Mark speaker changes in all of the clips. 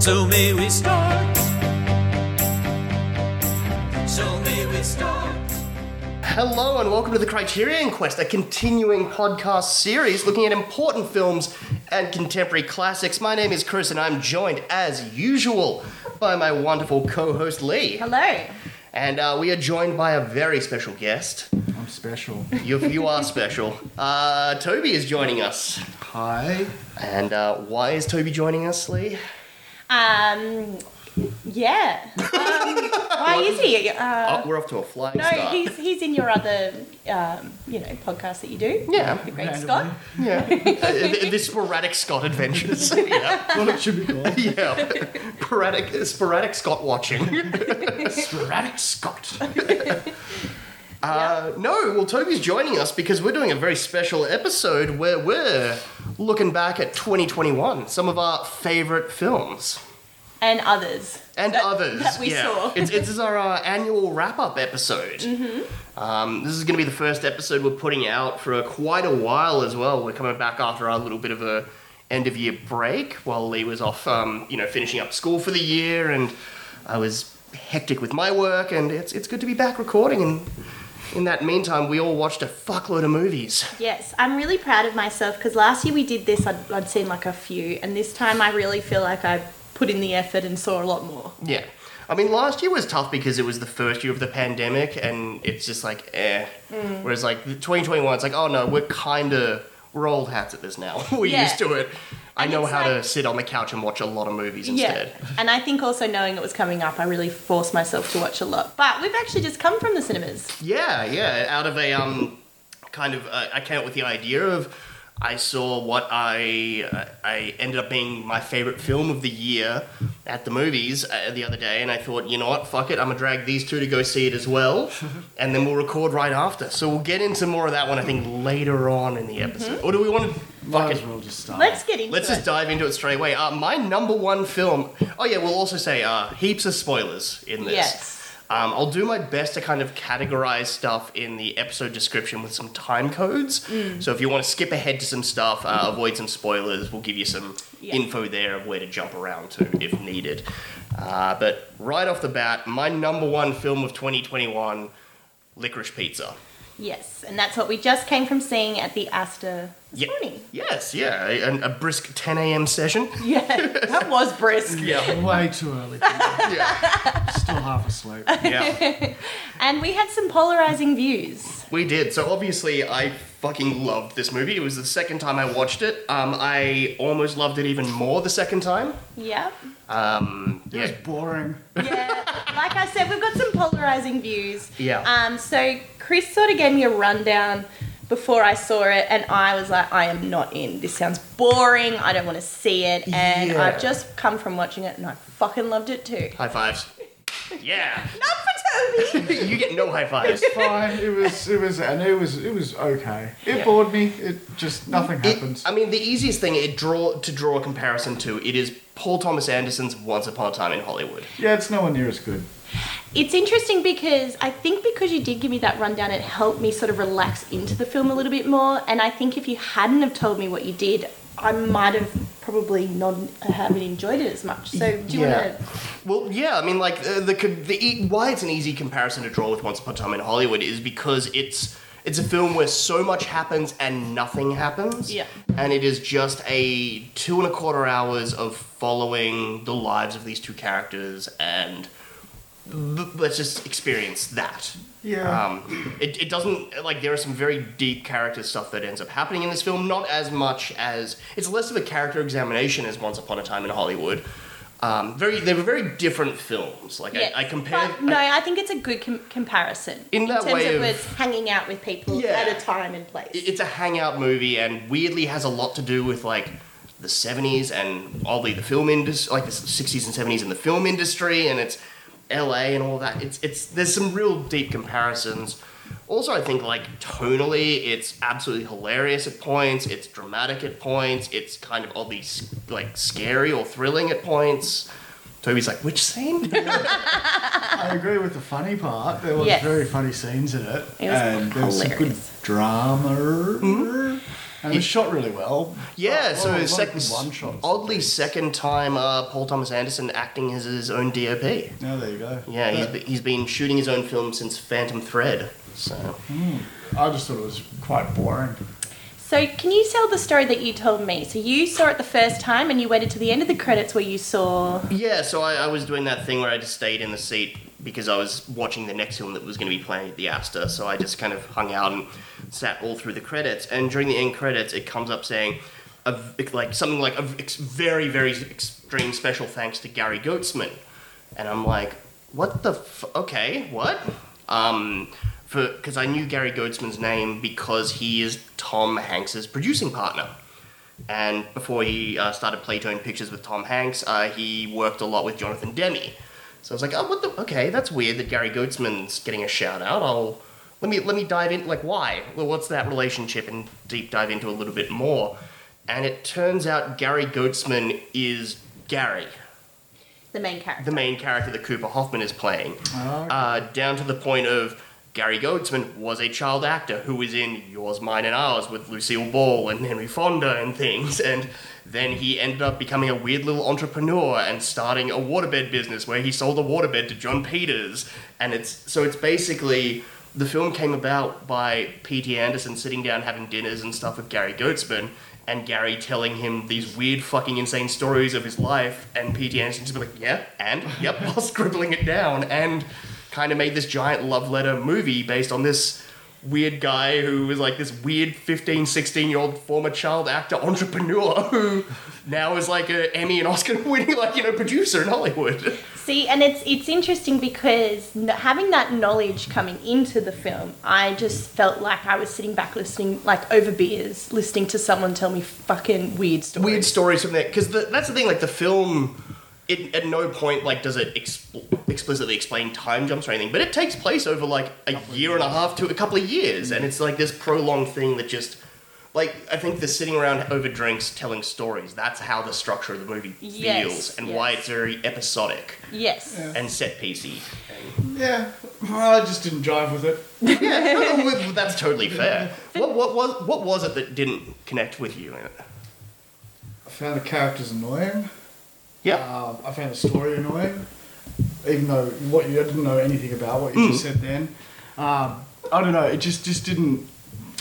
Speaker 1: So may we start. So may we start.
Speaker 2: Hello and welcome to the Criterion Quest, a continuing podcast series looking at important films and contemporary classics. My name is Chris and I'm joined, as usual, by my wonderful co host Lee.
Speaker 3: Hello.
Speaker 2: And uh, we are joined by a very special guest.
Speaker 4: I'm special.
Speaker 2: You, you are special. Uh, Toby is joining us.
Speaker 4: Hi.
Speaker 2: And uh, why is Toby joining us, Lee?
Speaker 3: Um, yeah. Um, why is he? Uh,
Speaker 2: Oh, we're off to a flying
Speaker 3: no,
Speaker 2: start.
Speaker 3: he's, he's in your other, um, you know, podcast that you do.
Speaker 2: Yeah.
Speaker 3: The Great
Speaker 4: Randomly.
Speaker 3: Scott.
Speaker 2: Yeah. Uh, th- the sporadic Scott adventures. yeah.
Speaker 4: Well, it should be called.
Speaker 2: Yeah. Sporadic, sporadic Scott watching.
Speaker 4: Sporadic Scott.
Speaker 2: Uh, no, well, Toby's joining us because we're doing a very special episode where we're looking back at 2021, some of our favourite films
Speaker 3: And others.
Speaker 2: and
Speaker 3: That-
Speaker 2: others.
Speaker 3: that we
Speaker 2: yeah.
Speaker 3: saw.
Speaker 2: it's, this is our uh, annual wrap up episode.
Speaker 3: Mm-hmm.
Speaker 2: Um, this is going to be the first episode we're putting out for quite a while as well. We're coming back after our little bit of a end of year break while Lee was off, um, you know, finishing up school for the year, and I was hectic with my work. And it's it's good to be back recording. And in that meantime, we all watched a fuckload of movies.
Speaker 3: Yes, I'm really proud of myself because last year we did this, I'd, I'd seen like a few, and this time I really feel like I put in the effort and saw a lot more.
Speaker 2: Yeah. I mean, last year was tough because it was the first year of the pandemic, and it's just like, eh.
Speaker 3: Mm.
Speaker 2: Whereas, like, 2021, it's like, oh no, we're kind of, we're old hats at this now. we're
Speaker 3: Yeah.
Speaker 2: used to it. I
Speaker 3: And
Speaker 2: know
Speaker 3: it's
Speaker 2: how to
Speaker 3: like-
Speaker 2: sit on the couch and watch a lot of movies instead.
Speaker 3: Yeah. And I think also knowing it was coming up, I really forced myself to watch a lot. But we've actually just come from the cinemas.
Speaker 2: Yeah, yeah. Out of a um, kind of, uh, I came up with the idea of I saw what I uh, I ended up being my favorite film of the year at the movies uh, the other day, and I thought, you know what, fuck it, I'm gonna drag these two to go see it as well, and then we'll record right after. So we'll get into more of that one, I think, later on in the episode. Or do we want to?
Speaker 4: Mm-hmm. Might as well just start.
Speaker 3: Let's get into
Speaker 2: Let's
Speaker 3: it.
Speaker 2: just dive into it straight away. Uh, my number one film. Oh yeah, we'll also say uh, heaps of spoilers in this.
Speaker 3: Yes.
Speaker 2: Um, I'll do my best to kind of categorize stuff in the episode description with some time codes. So if you want to skip ahead to some stuff, uh, avoid some spoilers. We'll give you some
Speaker 3: Yeah.
Speaker 2: info there of where to jump around to if needed. Uh, but right off the bat, my number one film of 2021, Licorice Pizza.
Speaker 3: Yes, and that's what we just came from seeing at the Astor this
Speaker 2: Ye-
Speaker 3: morning.
Speaker 2: Yes, yeah, a, a brisk 10 a.m. session.
Speaker 3: Yeah, that was brisk.
Speaker 2: Yeah,
Speaker 4: Way too early. for me.
Speaker 2: yeah,
Speaker 4: Still half asleep.
Speaker 2: yeah.
Speaker 3: And we had some polarizing views.
Speaker 2: We did. So obviously, I fucking loved this movie. It was the second time I watched it. Um, I almost loved it even more the second time.
Speaker 3: Yep.
Speaker 2: Um,
Speaker 4: It was
Speaker 2: yeah.
Speaker 4: boring.
Speaker 3: Yeah. like I said, we've got some polarizing views.
Speaker 2: Yeah.
Speaker 3: Um, so Chris sort of gave me a rundown before I saw it, and I was like, I am not in. This sounds boring. I don't want to see it. And
Speaker 2: Yeah.
Speaker 3: I've just come from watching it, and I fucking loved it too.
Speaker 2: High fives. Yeah.
Speaker 3: Not for Toby.
Speaker 2: you get no high fives.
Speaker 4: It's fine. It was. It was. And it was. It was okay. It
Speaker 2: Yeah.
Speaker 4: bored me. It just nothing happened.
Speaker 2: I mean, the easiest thing it draw to draw a comparison to it is Paul Thomas Anderson's Once Upon a Time in Hollywood.
Speaker 4: yeah, it's nowhere near as good.
Speaker 3: It's interesting because I think because you did give me that rundown, it helped me sort of relax into the film a little bit more. And I think if you hadn't have told me what you did, I might have probably not uh, haven't enjoyed it as much. So do you
Speaker 2: Yeah.
Speaker 3: want to?
Speaker 2: Well, yeah, I mean, like uh, the, co- the e- why it's an easy comparison to draw with Once Upon a Time in Hollywood is because it's it's a film where so much happens and nothing happens.
Speaker 3: Yeah.
Speaker 2: and it is just a two and a quarter hours of following the lives of these two characters and l- let's just experience that.
Speaker 4: Yeah.
Speaker 2: Um, it, it doesn't like there are some very deep character stuff that ends up happening in this film. Not as much as it's less of a character examination as Once Upon a Time in Hollywood. Um, very they were very different films. Like
Speaker 3: Yes.
Speaker 2: I, I compared.
Speaker 3: But no, I think it's a good com- comparison
Speaker 2: In that
Speaker 3: terms
Speaker 2: way
Speaker 3: of
Speaker 2: of-
Speaker 3: it's hanging out with people
Speaker 2: Yeah.
Speaker 3: at a time and place.
Speaker 2: it- it's a hangout movie and weirdly has a lot to do with like the 70s and oddly the film industry like the 60s and 70s and the film industry and it's LA and all that it's it's there's some real deep comparisons also I think like tonally it's absolutely hilarious at points it's dramatic at points it's kind of oddly s- like scary or thrilling at points Toby's like which scene
Speaker 4: I agree with the funny part. There was
Speaker 3: Yes.
Speaker 4: very funny scenes in it,
Speaker 3: It was
Speaker 4: and there was some good
Speaker 3: hilarious.
Speaker 2: Hmm?
Speaker 4: drama. And it was shot really well.
Speaker 2: Yeah,
Speaker 4: Oh,
Speaker 2: so
Speaker 4: well,
Speaker 2: sec-
Speaker 4: like one shot.
Speaker 2: oddly second time uh, Paul Thomas Anderson acting as his own DOP.
Speaker 4: Oh, there you go.
Speaker 2: Yeah, he's be- he's been shooting his own film since Phantom Thread. So
Speaker 4: I just thought it was quite boring.
Speaker 3: So, can you tell the story that you told me? So, you saw it the first time and you waited to the end of the credits where you saw.
Speaker 2: yeah, so I, I was doing that thing where I just stayed in the seat because I was watching the next film that was going to be playing at the Astor. So I just kind of hung out and sat all through the credits. And during the end credits, it comes up saying. A, v- like something like a v- ex- very very extreme special thanks to Gary Goetzman, and I'm like, what the f- okay, what? Um, for because I knew Gary Goetzman's name because he is Tom Hanks's producing partner, and before he uh, started Playtone Pictures with Tom Hanks, uh, he worked a lot with Jonathan Demme. So I was like, oh, what the? Okay, that's weird that Gary Goetzman's getting a shout out. I'll let me let me dive in. Like, why? Well, what's that relationship? And deep dive into a little bit more. And it turns out Gary Goetzman is Gary
Speaker 3: The main character.
Speaker 2: the main character that Cooper Hoffman is playing,
Speaker 4: Oh,
Speaker 2: uh, down to the point of Gary Goetzman was a child actor who was in Yours, Mine, and Ours with Lucille Ball and Henry Fonda and things, and then he ended up becoming a weird little entrepreneur and starting a waterbed business where he sold a waterbed to John Peters, and it's so it's basically. The film came about by P.T. Anderson sitting down having dinners and stuff with Gary Goetzman, and Gary telling him these weird fucking insane stories of his life, and P.T. Anderson just be like, yeah, and yep, while scribbling it down, and kind of made this giant love letter movie based on this weird guy who was like this weird 15, 16 year old former child actor entrepreneur who now is like a Emmy and Oscar winning, like, you know, producer in Hollywood.
Speaker 3: See, and it's it's interesting because n- having that knowledge coming into the film, I just felt like I was sitting back listening, like over beers, listening to someone tell me fucking weird stories.
Speaker 2: weird stories from there because that's the thing like the film it, at no point like does it expl- explicitly explain time jumps or anything but it takes place over like a year and a half to a couple of years
Speaker 3: Mm-hmm.
Speaker 2: and it's like this prolonged thing that just like i think the sitting around over drinks telling stories that's how the structure of the movie
Speaker 3: Yes,
Speaker 2: feels and why
Speaker 3: yes.
Speaker 2: it's very episodic
Speaker 3: Yes.
Speaker 4: Yeah.
Speaker 2: and set piecey
Speaker 4: Yeah, well, I just didn't jive with it.
Speaker 2: yeah no, well, that's totally fair what, what, was, what was it that didn't connect with you in it
Speaker 4: I found the characters annoying.
Speaker 2: yeah
Speaker 4: Um, I found the story annoying, even though what you I didn't know anything about what you just said then. Um, I don't know. It just just didn't.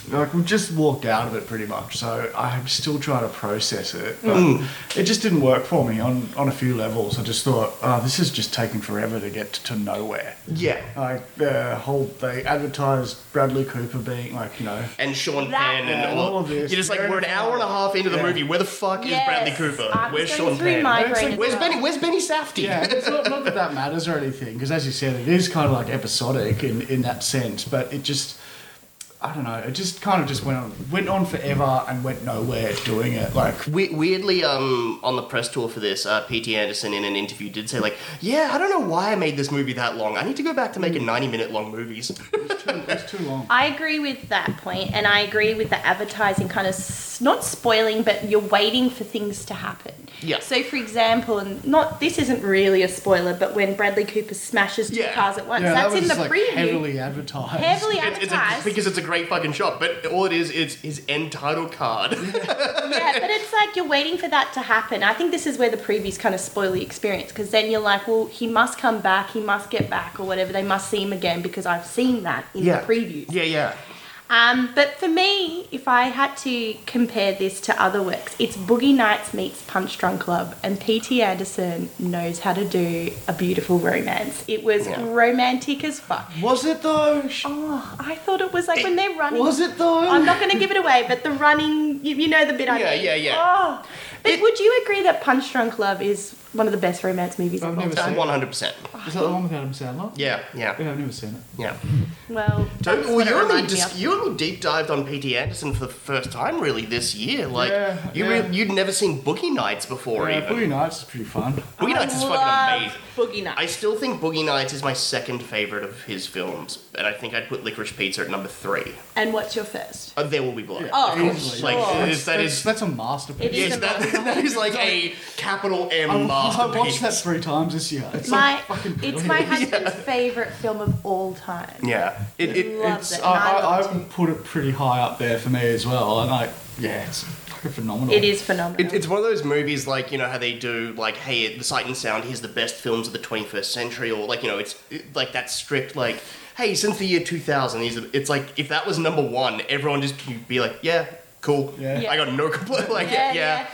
Speaker 4: Like we just walked out of it pretty much, so I'm still trying to process it. But It just didn't work for me on, on a few levels. I just thought, oh, this is just taking forever to get to, to nowhere.
Speaker 2: yeah
Speaker 4: Like the whole they advertised Bradley Cooper being like you know
Speaker 2: and Sean
Speaker 3: That-
Speaker 2: Penn and
Speaker 4: Yeah,
Speaker 2: all,
Speaker 4: all of this.
Speaker 2: You're just like
Speaker 4: Very
Speaker 2: we're an hour and a half into the
Speaker 4: Yeah.
Speaker 2: movie. Where the fuck
Speaker 3: Yes.
Speaker 2: is Bradley Cooper?
Speaker 3: I was
Speaker 2: Where's
Speaker 3: going
Speaker 2: Sean
Speaker 3: through
Speaker 2: Penn?
Speaker 3: migraine
Speaker 4: Where's
Speaker 3: as
Speaker 2: Where's
Speaker 3: well.
Speaker 2: Benny? Where's Benny Safdie?
Speaker 4: Yeah, it's not, not that that matters or anything, because as you said, it is kind of like episodic in, in that sense. But it just, I don't know, it just kind of just went on, went on forever and went nowhere doing it. Like,
Speaker 2: We- weirdly, um, on the press tour for this, uh, P.T. Anderson in an interview did say, like, yeah, I don't know why I made this movie that long. I need to go back to making 90
Speaker 4: Mm.
Speaker 2: minute long movies.
Speaker 4: it's too, it's too long.
Speaker 3: I agree with that point, and I agree with the advertising kind of s- not spoiling, but you're waiting for things to happen.
Speaker 2: Yeah.
Speaker 3: So, for example, and not this isn't really a spoiler, but when Bradley Cooper smashes two
Speaker 2: Yeah.
Speaker 3: cars at once,
Speaker 4: Yeah, that
Speaker 3: that's
Speaker 4: was
Speaker 3: in the
Speaker 4: just, like
Speaker 3: preview.
Speaker 4: heavily advertised.
Speaker 3: Heavily
Speaker 2: It's- it's a-
Speaker 3: advertised.
Speaker 2: because it's a great fucking shot, but all it is, it's his end title card.
Speaker 3: yeah, but it's like you're waiting for that to happen. I think this is where the previews kind of spoil the experience because then you're like, well, he must come back, he must get back, or whatever. They must see him again because I've seen that in
Speaker 2: yeah.
Speaker 3: the previews.
Speaker 2: Yeah, yeah.
Speaker 3: Um, but for me, if I had to compare this to other works, it's Boogie Nights meets Punch Drunk Club, and P.T. Anderson knows how to do a beautiful romance. It was
Speaker 2: Yeah.
Speaker 3: romantic as fuck.
Speaker 4: Was it though? Sh-
Speaker 3: Oh, I thought it was like when they're running.
Speaker 4: Was it though?
Speaker 3: I'm not going to give it away, but the running, you, you know the bit I
Speaker 2: Yeah,
Speaker 3: mean.
Speaker 2: yeah, yeah.
Speaker 3: Oh, but
Speaker 2: It-
Speaker 3: would you agree that Punch Drunk Love is one of the best romance movies
Speaker 4: I've
Speaker 3: of all
Speaker 4: never
Speaker 3: time?
Speaker 4: seen it.
Speaker 2: 100%.
Speaker 4: Is that the one with Adam Sandler?
Speaker 2: Yeah, yeah,
Speaker 4: Yeah, I've never seen it.
Speaker 2: yeah.
Speaker 3: Well,
Speaker 2: Don't-
Speaker 3: that's
Speaker 2: well,
Speaker 3: what it
Speaker 2: you only
Speaker 3: reminded me
Speaker 2: just
Speaker 3: of.
Speaker 2: you only deep dived on P.T. Anderson for the first time really this year. Like
Speaker 4: Yeah,
Speaker 2: you
Speaker 4: yeah.
Speaker 2: Re- you'd never seen Boogie Nights before
Speaker 4: yeah,
Speaker 2: even.
Speaker 4: Boogie Nights is pretty fun.
Speaker 2: Boogie
Speaker 3: I
Speaker 2: Nights is
Speaker 3: love
Speaker 2: fucking amazing.
Speaker 3: Boogie
Speaker 2: I
Speaker 3: Nights.
Speaker 2: still think Boogie Nights is my second favorite of his films, and I think I'd put Licorice Pizza at number three.
Speaker 3: And what's your first?
Speaker 2: Uh, there will be blood.
Speaker 3: Oh,
Speaker 4: Easily.
Speaker 3: sure.
Speaker 2: Like, it is- that
Speaker 4: That's-
Speaker 2: is-
Speaker 4: that's a masterpiece.
Speaker 3: It is
Speaker 2: Yes,
Speaker 3: a
Speaker 2: that, that is like a capital M
Speaker 4: I, I
Speaker 2: masterpiece.
Speaker 4: watched that three times this year. It's
Speaker 3: my,
Speaker 4: like fucking
Speaker 3: it's
Speaker 4: brilliant.
Speaker 3: my husband's favorite film of all time.
Speaker 2: Yeah, it, it
Speaker 3: Loved
Speaker 4: It's,
Speaker 3: it,
Speaker 4: I,
Speaker 3: and I
Speaker 4: I, I
Speaker 3: loved
Speaker 4: would put it pretty high up there for me as well. And like, yeah, it's fucking phenomenal.
Speaker 3: It is phenomenal.
Speaker 2: Oh. It, it's one of those movies, like you know how they do, like hey, the Sight and Sound. Here's the best films of the 21st century, or like you know, it's it- like that strict, like hey, since the year 2000, these. Are, it's like if that was number one, everyone just could be like, yeah, cool.
Speaker 4: Yeah.
Speaker 2: I got no complaint. Like yeah,
Speaker 3: Yeah, yeah.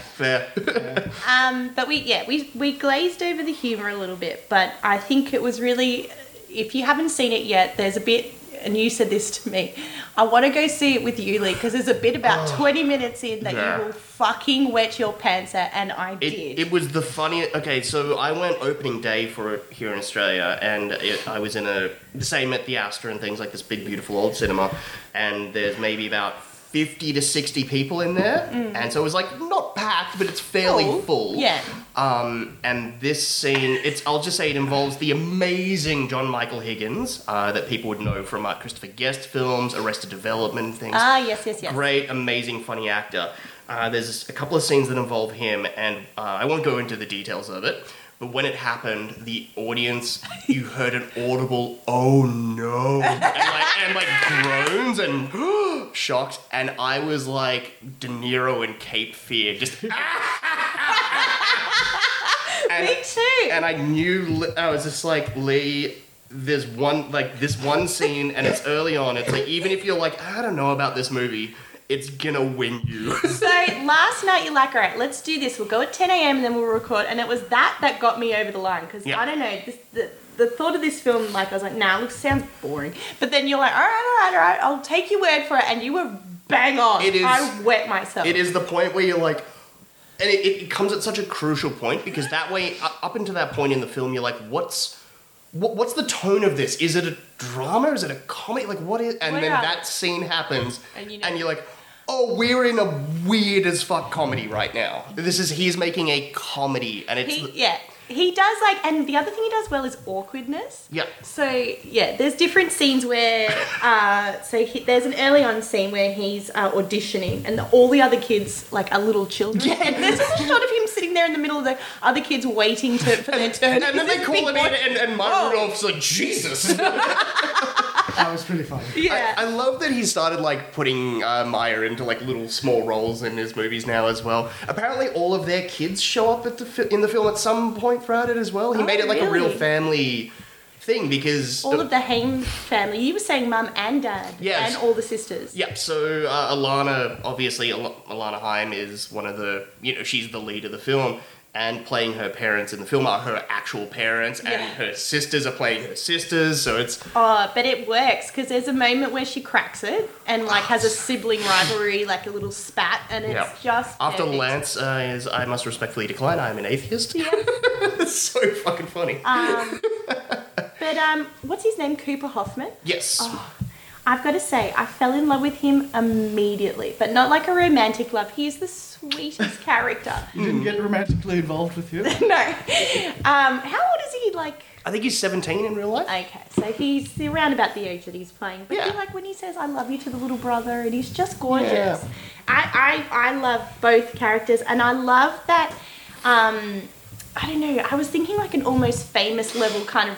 Speaker 2: fair.
Speaker 3: Um, but we yeah we we glazed over the humor a little bit, but I think it was really if you haven't seen it yet, there's a bit. And you said this to me. I want to go see it with you, Lee, because there's a bit about 20 minutes in that
Speaker 2: Oh. Yeah.
Speaker 3: you will fucking wet your pants at, and I did.
Speaker 2: It, it was the funniest. Okay, so I went opening day for it here in Australia, and it, I was in a the same at the Astor and things like this big, beautiful old cinema, and there's maybe about fifty to sixty people in there, and so it was like not packed, but it's fairly
Speaker 3: Full,
Speaker 2: full.
Speaker 3: Mm. yeah.
Speaker 2: Um, and this scene, it's I'll just say it involves the amazing John Michael Higgins uh, that people would know from uh, Christopher Guest films, Arrested Development, things
Speaker 3: ah, yes, yes, yes.
Speaker 2: great, amazing, funny actor. Uh, there's a couple of scenes that involve him, and uh, I won't go into the details of it. But when it happened, the audience, you heard an audible "Oh no!" and like, and like groans and shocked, and I was like De Niro in Cape Fear, just and-
Speaker 3: Me too.
Speaker 2: and I knew Li- I was just like Lee. There's one like this one scene, and it's early on. It's like even if you're like I don't know about this movie, it's gonna win you.
Speaker 3: So last night you're like, all right, let's do this. We'll go at 10 a.m. and then we'll record. And it was that that got me over the line because
Speaker 2: Yeah.
Speaker 3: I don't know. This, the, the thought of this film, like, I was like, nah, it sounds boring. But then you're like, all right, all right, all right, I'll take your word for it. And you were bang on.
Speaker 2: It is-
Speaker 3: I wet myself.
Speaker 2: it is the point where you're like, and it, it comes at such a crucial point because that way, u- up until that point in the film, you're like, what's what, what's the tone of this? Is it a drama? Is it a comedy? Like what is? And then
Speaker 3: Wow.
Speaker 2: that scene happens,
Speaker 3: And
Speaker 2: and,
Speaker 3: you
Speaker 2: you
Speaker 3: know-
Speaker 2: are like. Oh, we're in a weird as fuck comedy right now. This is he's making a comedy and it's
Speaker 3: He, yeah. He does like, and the other thing he does well is awkwardness.
Speaker 2: Yeah.
Speaker 3: So yeah, there's different scenes where, uh, so he, there's an early on scene where he's uh, auditioning, and the, all the other kids like are little children. And there's just a shot of him sitting there in the middle of the other kids waiting to for their turn.
Speaker 2: And, and then
Speaker 3: He's
Speaker 2: they
Speaker 3: this
Speaker 2: call it in,
Speaker 3: big boy.
Speaker 2: and, and Mark
Speaker 3: Whoa.
Speaker 2: Rudolph's like, Jesus. I,
Speaker 4: That was pretty funny.
Speaker 3: Yeah.
Speaker 2: I love that he started like putting uh, Meyer into like little small roles in his movies now as well. Apparently, all of their kids show up at the fi- in the film at some point throughout it as well. He
Speaker 3: Oh,
Speaker 2: made it like a real
Speaker 3: really?
Speaker 2: family thing because
Speaker 3: all of the Haim family. You were saying mum and dad,
Speaker 2: Yes.
Speaker 3: and all the sisters.
Speaker 2: Yep. So uh, Alana, obviously, Al- Alana Haim is one of the you know she's the lead of the film, and playing her parents in the film are her actual parents, and
Speaker 3: Yeah.
Speaker 2: her sisters are playing her sisters. So it's
Speaker 3: Oh, but it works because there's a moment where she cracks it and like has a sibling rivalry, like a little spat, and it's
Speaker 2: Yeah.
Speaker 3: just
Speaker 2: After
Speaker 3: perfect.
Speaker 2: Lance uh, is, I must respectfully decline. I am an atheist.
Speaker 3: Yeah.
Speaker 2: That's so fucking funny.
Speaker 3: Um, but um, what's his name? Cooper Hoffman.
Speaker 2: yes.
Speaker 3: oh. I've got to say, I fell in love with him immediately, but not like a romantic love. He is the sweetest character.
Speaker 4: You didn't get romantically involved with him.
Speaker 3: No. Um, how old is he? Like,
Speaker 2: I think he's 17 in real life.
Speaker 3: okay, so he's around about the age that he's playing. But
Speaker 2: Yeah.
Speaker 3: you're like when he says, "I love you" to the little brother, and he's just gorgeous.
Speaker 4: Yeah.
Speaker 3: I, I I love both characters, and I love that. Um, I don't know. I was thinking like an almost famous level kind of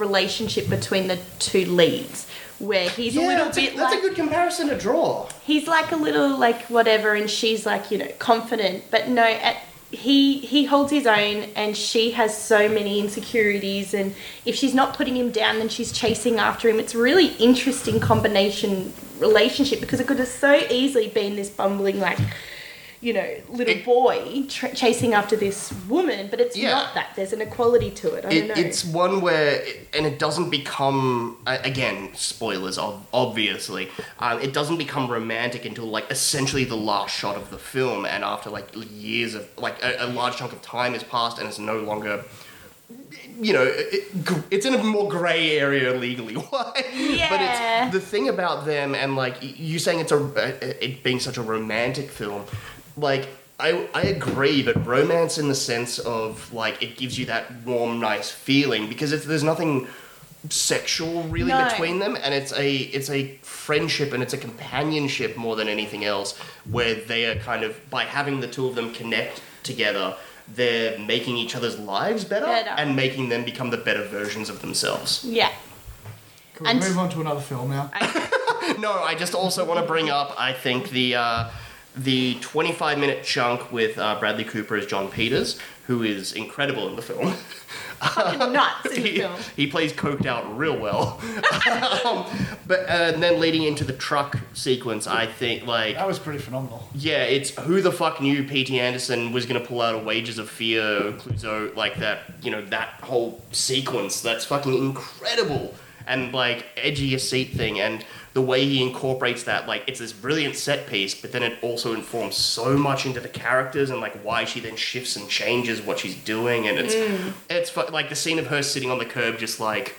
Speaker 3: relationship between the two leads, where he's a little
Speaker 2: that's,
Speaker 3: bit
Speaker 2: a, that's
Speaker 3: like
Speaker 2: a good comparison to draw.
Speaker 3: he's like a little like whatever and she's like you know confident but no at, he he holds his own and she has so many insecurities and if she's not putting him down then she's chasing after him it's a really interesting combination relationship because it could have so easily been this bumbling like you know little
Speaker 2: It-
Speaker 3: boy tr chasing after this woman but it's
Speaker 2: Yeah.
Speaker 3: not that there's an equality to it i
Speaker 2: It,
Speaker 3: don't know
Speaker 2: it's one where, and it doesn't become, uh, again, spoilers, ob- obviously, um, it doesn't become romantic until, like, essentially the last shot of the film, and after, like, years of, like, a, a large chunk of time has passed, and it's no longer, you know, it, gr- it's in a more grey area legally wise. But
Speaker 3: Yeah.
Speaker 2: it's the thing about them, and, like, y- you saying it's a, uh, it being such a romantic film, like, I, I agree, but romance in the sense of like it gives you that warm, nice feeling because it's, there's nothing sexual really
Speaker 3: No.
Speaker 2: between them, and it's a it's a friendship and it's a companionship more than anything else, where they are kind of by having the two of them connect together, they're making each other's lives better,
Speaker 3: Better.
Speaker 2: and making them become the better versions of themselves.
Speaker 3: yeah
Speaker 4: Can we
Speaker 3: And-
Speaker 4: move on to another film now?
Speaker 2: No, I just also want to bring up. I think the. Uh, the 25 minute chunk with uh, Bradley Cooper as John Peters, who is incredible in the film.
Speaker 3: Fucking nuts in the
Speaker 2: he,
Speaker 3: film.
Speaker 2: he plays coked out real well. Um, but uh, and then leading into the truck sequence, I think like
Speaker 4: That was pretty phenomenal.
Speaker 2: yeah, it's who the fuck knew P.T. Anderson was gonna pull out a Wages of Fear, Cluzo, like that. You know that whole sequence. That's fucking incredible and like edgy as seat thing and the way he incorporates that like it's this brilliant set piece but then it also informs so much into the characters and like why she then shifts and changes what she's doing and it's it's fu- like the scene of her sitting on the curb just like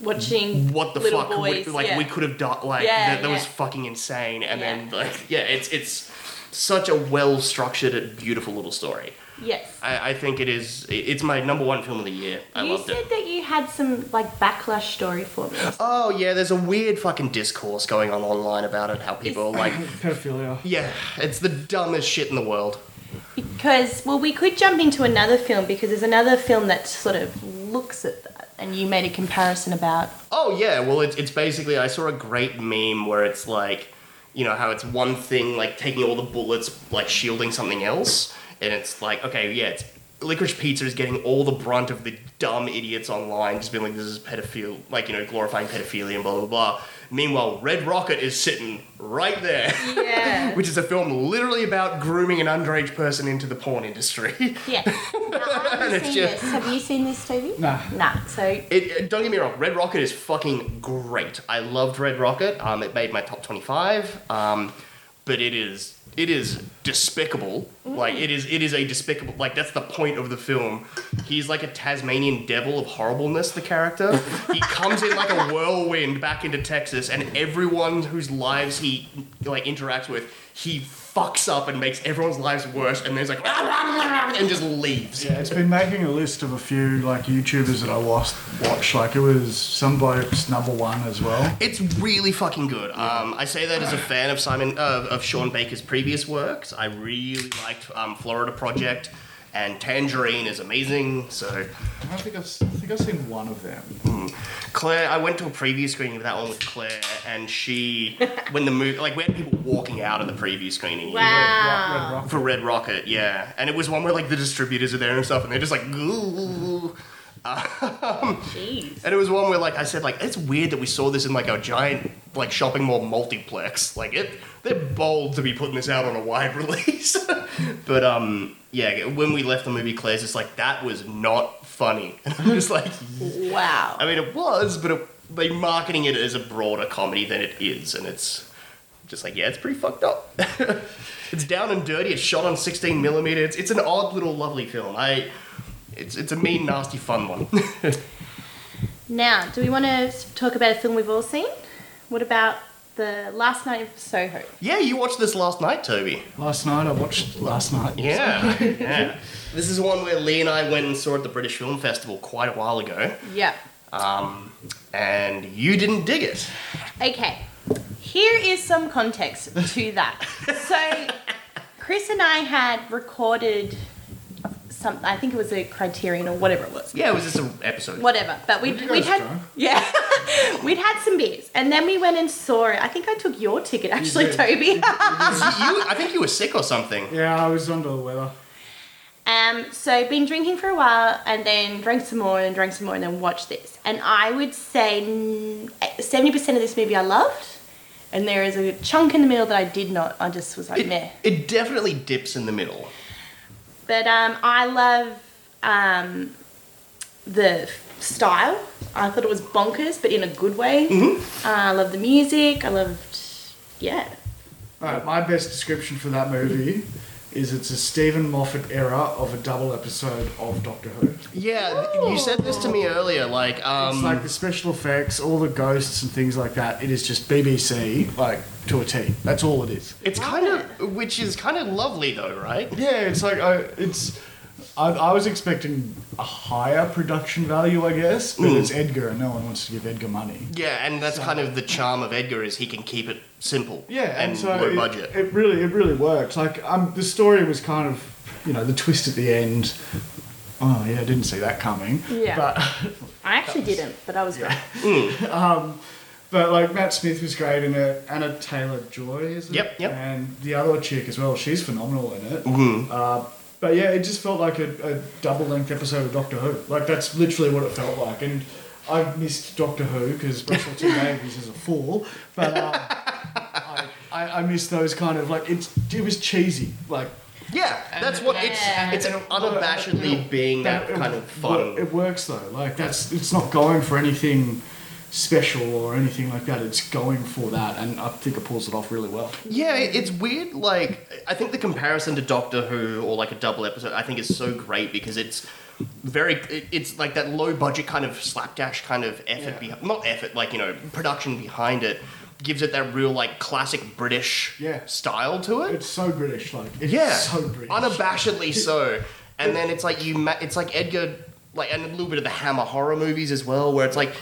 Speaker 3: Watching
Speaker 2: what the
Speaker 3: little
Speaker 2: fuck
Speaker 3: boys,
Speaker 2: we, like
Speaker 3: yeah.
Speaker 2: we could have done like
Speaker 3: Yeah,
Speaker 2: that, that was
Speaker 3: yeah.
Speaker 2: fucking insane and
Speaker 3: Yeah.
Speaker 2: then like yeah it's it's such a well structured and beautiful little story
Speaker 3: Yes.
Speaker 2: I, I think it is it- it's my number one film of the year i
Speaker 3: you
Speaker 2: loved
Speaker 3: said
Speaker 2: it
Speaker 3: that you had some like backlash story for me.
Speaker 2: oh yeah there's a weird fucking discourse going on online about it how people are like
Speaker 4: Pedophilia.
Speaker 2: yeah it's the dumbest shit in the world
Speaker 3: Because, well, we could jump into another film because there's another film that sort of looks at that, and you made a comparison about.
Speaker 2: Oh yeah, well it's it's basically I saw a great meme where it's like, you know how it's one thing like taking all the bullets like shielding something else, and it's like okay yeah it's licorice pizza is getting all the brunt of the dumb idiots online just being like this is pedophile like you know glorifying pedophilia and blah blah blah. Meanwhile, Red Rocket is sitting right there.
Speaker 3: Yeah.
Speaker 2: Which is a film literally about grooming an underage person into the porn industry.
Speaker 3: yeah. Now, I
Speaker 2: And
Speaker 3: haven't
Speaker 2: it's
Speaker 3: seen
Speaker 2: just-
Speaker 3: this. Have you seen this, Toby?
Speaker 4: Nah.
Speaker 3: Nah. So,
Speaker 2: It, it- don't get me wrong, Red Rocket is fucking great. I loved Red Rocket. Um, it made my top twenty-five. Um, but it is it is despicable. Like it is it is a despicable. Like that's the point of the film. He's like a Tasmanian devil of horribleness. The character he comes in like a whirlwind back into Texas, and everyone whose lives he like interacts with, he fucks up and makes everyone's lives worse. And then he's like and just leaves.
Speaker 4: Yeah, it's been making a list of a few like YouTubers that I watched. Watch like it was some bloke's number one as well.
Speaker 2: It's really fucking good. Um, I say that as a fan of Simon of of Sean Baker's previous works. I really liked um, Florida Project, and Tangerine is amazing. So
Speaker 4: I don't think I've, s- I think I've seen one of them.
Speaker 2: Claire, I went to a preview screening of that one with Claire, and she when the movie like we had people walking out of the preview screening. you know,
Speaker 3: wow.
Speaker 4: Red Rock.
Speaker 2: For Red Rocket, yeah, and it was one where like the distributors are there and stuff, and they're just like, "Ooh."
Speaker 3: Jeez.
Speaker 2: and it was one where like I said, like it's weird that we saw this in like a giant like shopping mall multiplex. Like it, they're bold to be putting this out on a wide release. but um, yeah, when we left the movie, Claire's just like that was not funny. And I'm just like,
Speaker 3: Wow.
Speaker 2: I mean, it was, but it, they marketing it as a broader comedy than it is, and it's just like yeah, it's pretty fucked up. it's down and dirty. It's shot on 16 millimeter. It's, it's an odd little lovely film. I. It's, it's a mean, nasty, fun one.
Speaker 3: Now, do we want to talk about a film we've all seen? What about the Last Night of Soho?
Speaker 2: yeah, you watched this last night, Toby.
Speaker 4: Last night I watched. Last night.
Speaker 2: Yeah, yeah. This is one where Lee and I went and saw at the British Film Festival quite a while ago,
Speaker 3: Yeah.
Speaker 2: um, and you didn't dig it.
Speaker 3: Okay, here is some context to that. so, Chris and I had recorded some, I think it was a criterion or whatever it was.
Speaker 2: Yeah, it was just an episode.
Speaker 3: Whatever, but we
Speaker 4: Were you
Speaker 3: we
Speaker 4: guys
Speaker 3: had
Speaker 4: drunk?
Speaker 3: yeah, we'd had some beers, and then we went and saw it. I think I took your ticket actually,
Speaker 4: did.
Speaker 3: Toby.
Speaker 2: You, I think you were sick or something.
Speaker 4: Yeah, I was under the weather.
Speaker 3: Um, so been drinking for a while and then drank some more and drank some more and then watched this. And I would say eh, seventy percent of this movie I loved, and there is a chunk in the middle that I did not. I just was like meh.
Speaker 2: It, it definitely dips in the middle.
Speaker 3: But um, I love um, the style. I thought it was bonkers, but in a good way. Uh, I love the music. I loved, yeah.
Speaker 4: All right, my best description for that movie is it's a Stephen Moffat era of a double episode of Doctor Who. It's
Speaker 2: Yeah, th- you said this to me earlier. Like, um,
Speaker 4: like the special effects, all the ghosts and things like that. It is just BBC like to a T. That's all it is.
Speaker 2: it's kind of, which is kind of lovely though, right?
Speaker 4: Yeah, it's like I, it's. I, I was expecting a higher production value, I guess, but it's Edgar, and no one wants to give Edgar money.
Speaker 2: Yeah, and that's kind of the charm of Edgar is he can keep it simple.
Speaker 4: Yeah,
Speaker 2: and,
Speaker 4: and, so
Speaker 2: low
Speaker 4: it,
Speaker 2: budget.
Speaker 4: It really, it really worked. Like, um, the story was kind of, you know, the twist at the end. Oh yeah, I didn't see that coming.
Speaker 3: Yeah.
Speaker 4: But
Speaker 3: I actually didn't, but I was great.
Speaker 4: But like Matt Smith was great in it. Anna Taylor Joy, is it?
Speaker 2: Yep, yep.
Speaker 4: And the other chick as well. She's phenomenal in it. Uh, but yeah, it just felt like a, a double length episode of Doctor Who. Like that's literally what it felt like. And I missed Doctor Who because Russell T Davies is a fool. But uh, I, I, I miss those kind of like it's it was cheesy. Like
Speaker 2: Yeah, that's what
Speaker 3: Yeah.
Speaker 2: it's. It's unabashedly being that
Speaker 4: it-
Speaker 2: kind of
Speaker 4: It,
Speaker 2: fun.
Speaker 4: works though. Like that's it's not going for anything special or anything like that. It's going for that, and I think it pulls it off really well.
Speaker 2: Yeah, it- it's weird. Like I think the comparison to Doctor Who or like a double episode, I think is so great because it's very. it- It's like that low budget kind of slapdash kind of effort,
Speaker 4: Yeah.
Speaker 2: behi- not effort, like you know production behind it, gives it that real like classic British
Speaker 4: Yeah.
Speaker 2: style to it.
Speaker 4: It's so British, like it's
Speaker 2: Yeah,
Speaker 4: so British.
Speaker 2: unabashedly so. And then it's like you, ma- it's like Edgar, like and a little bit of the Hammer horror movies as well, where it's like,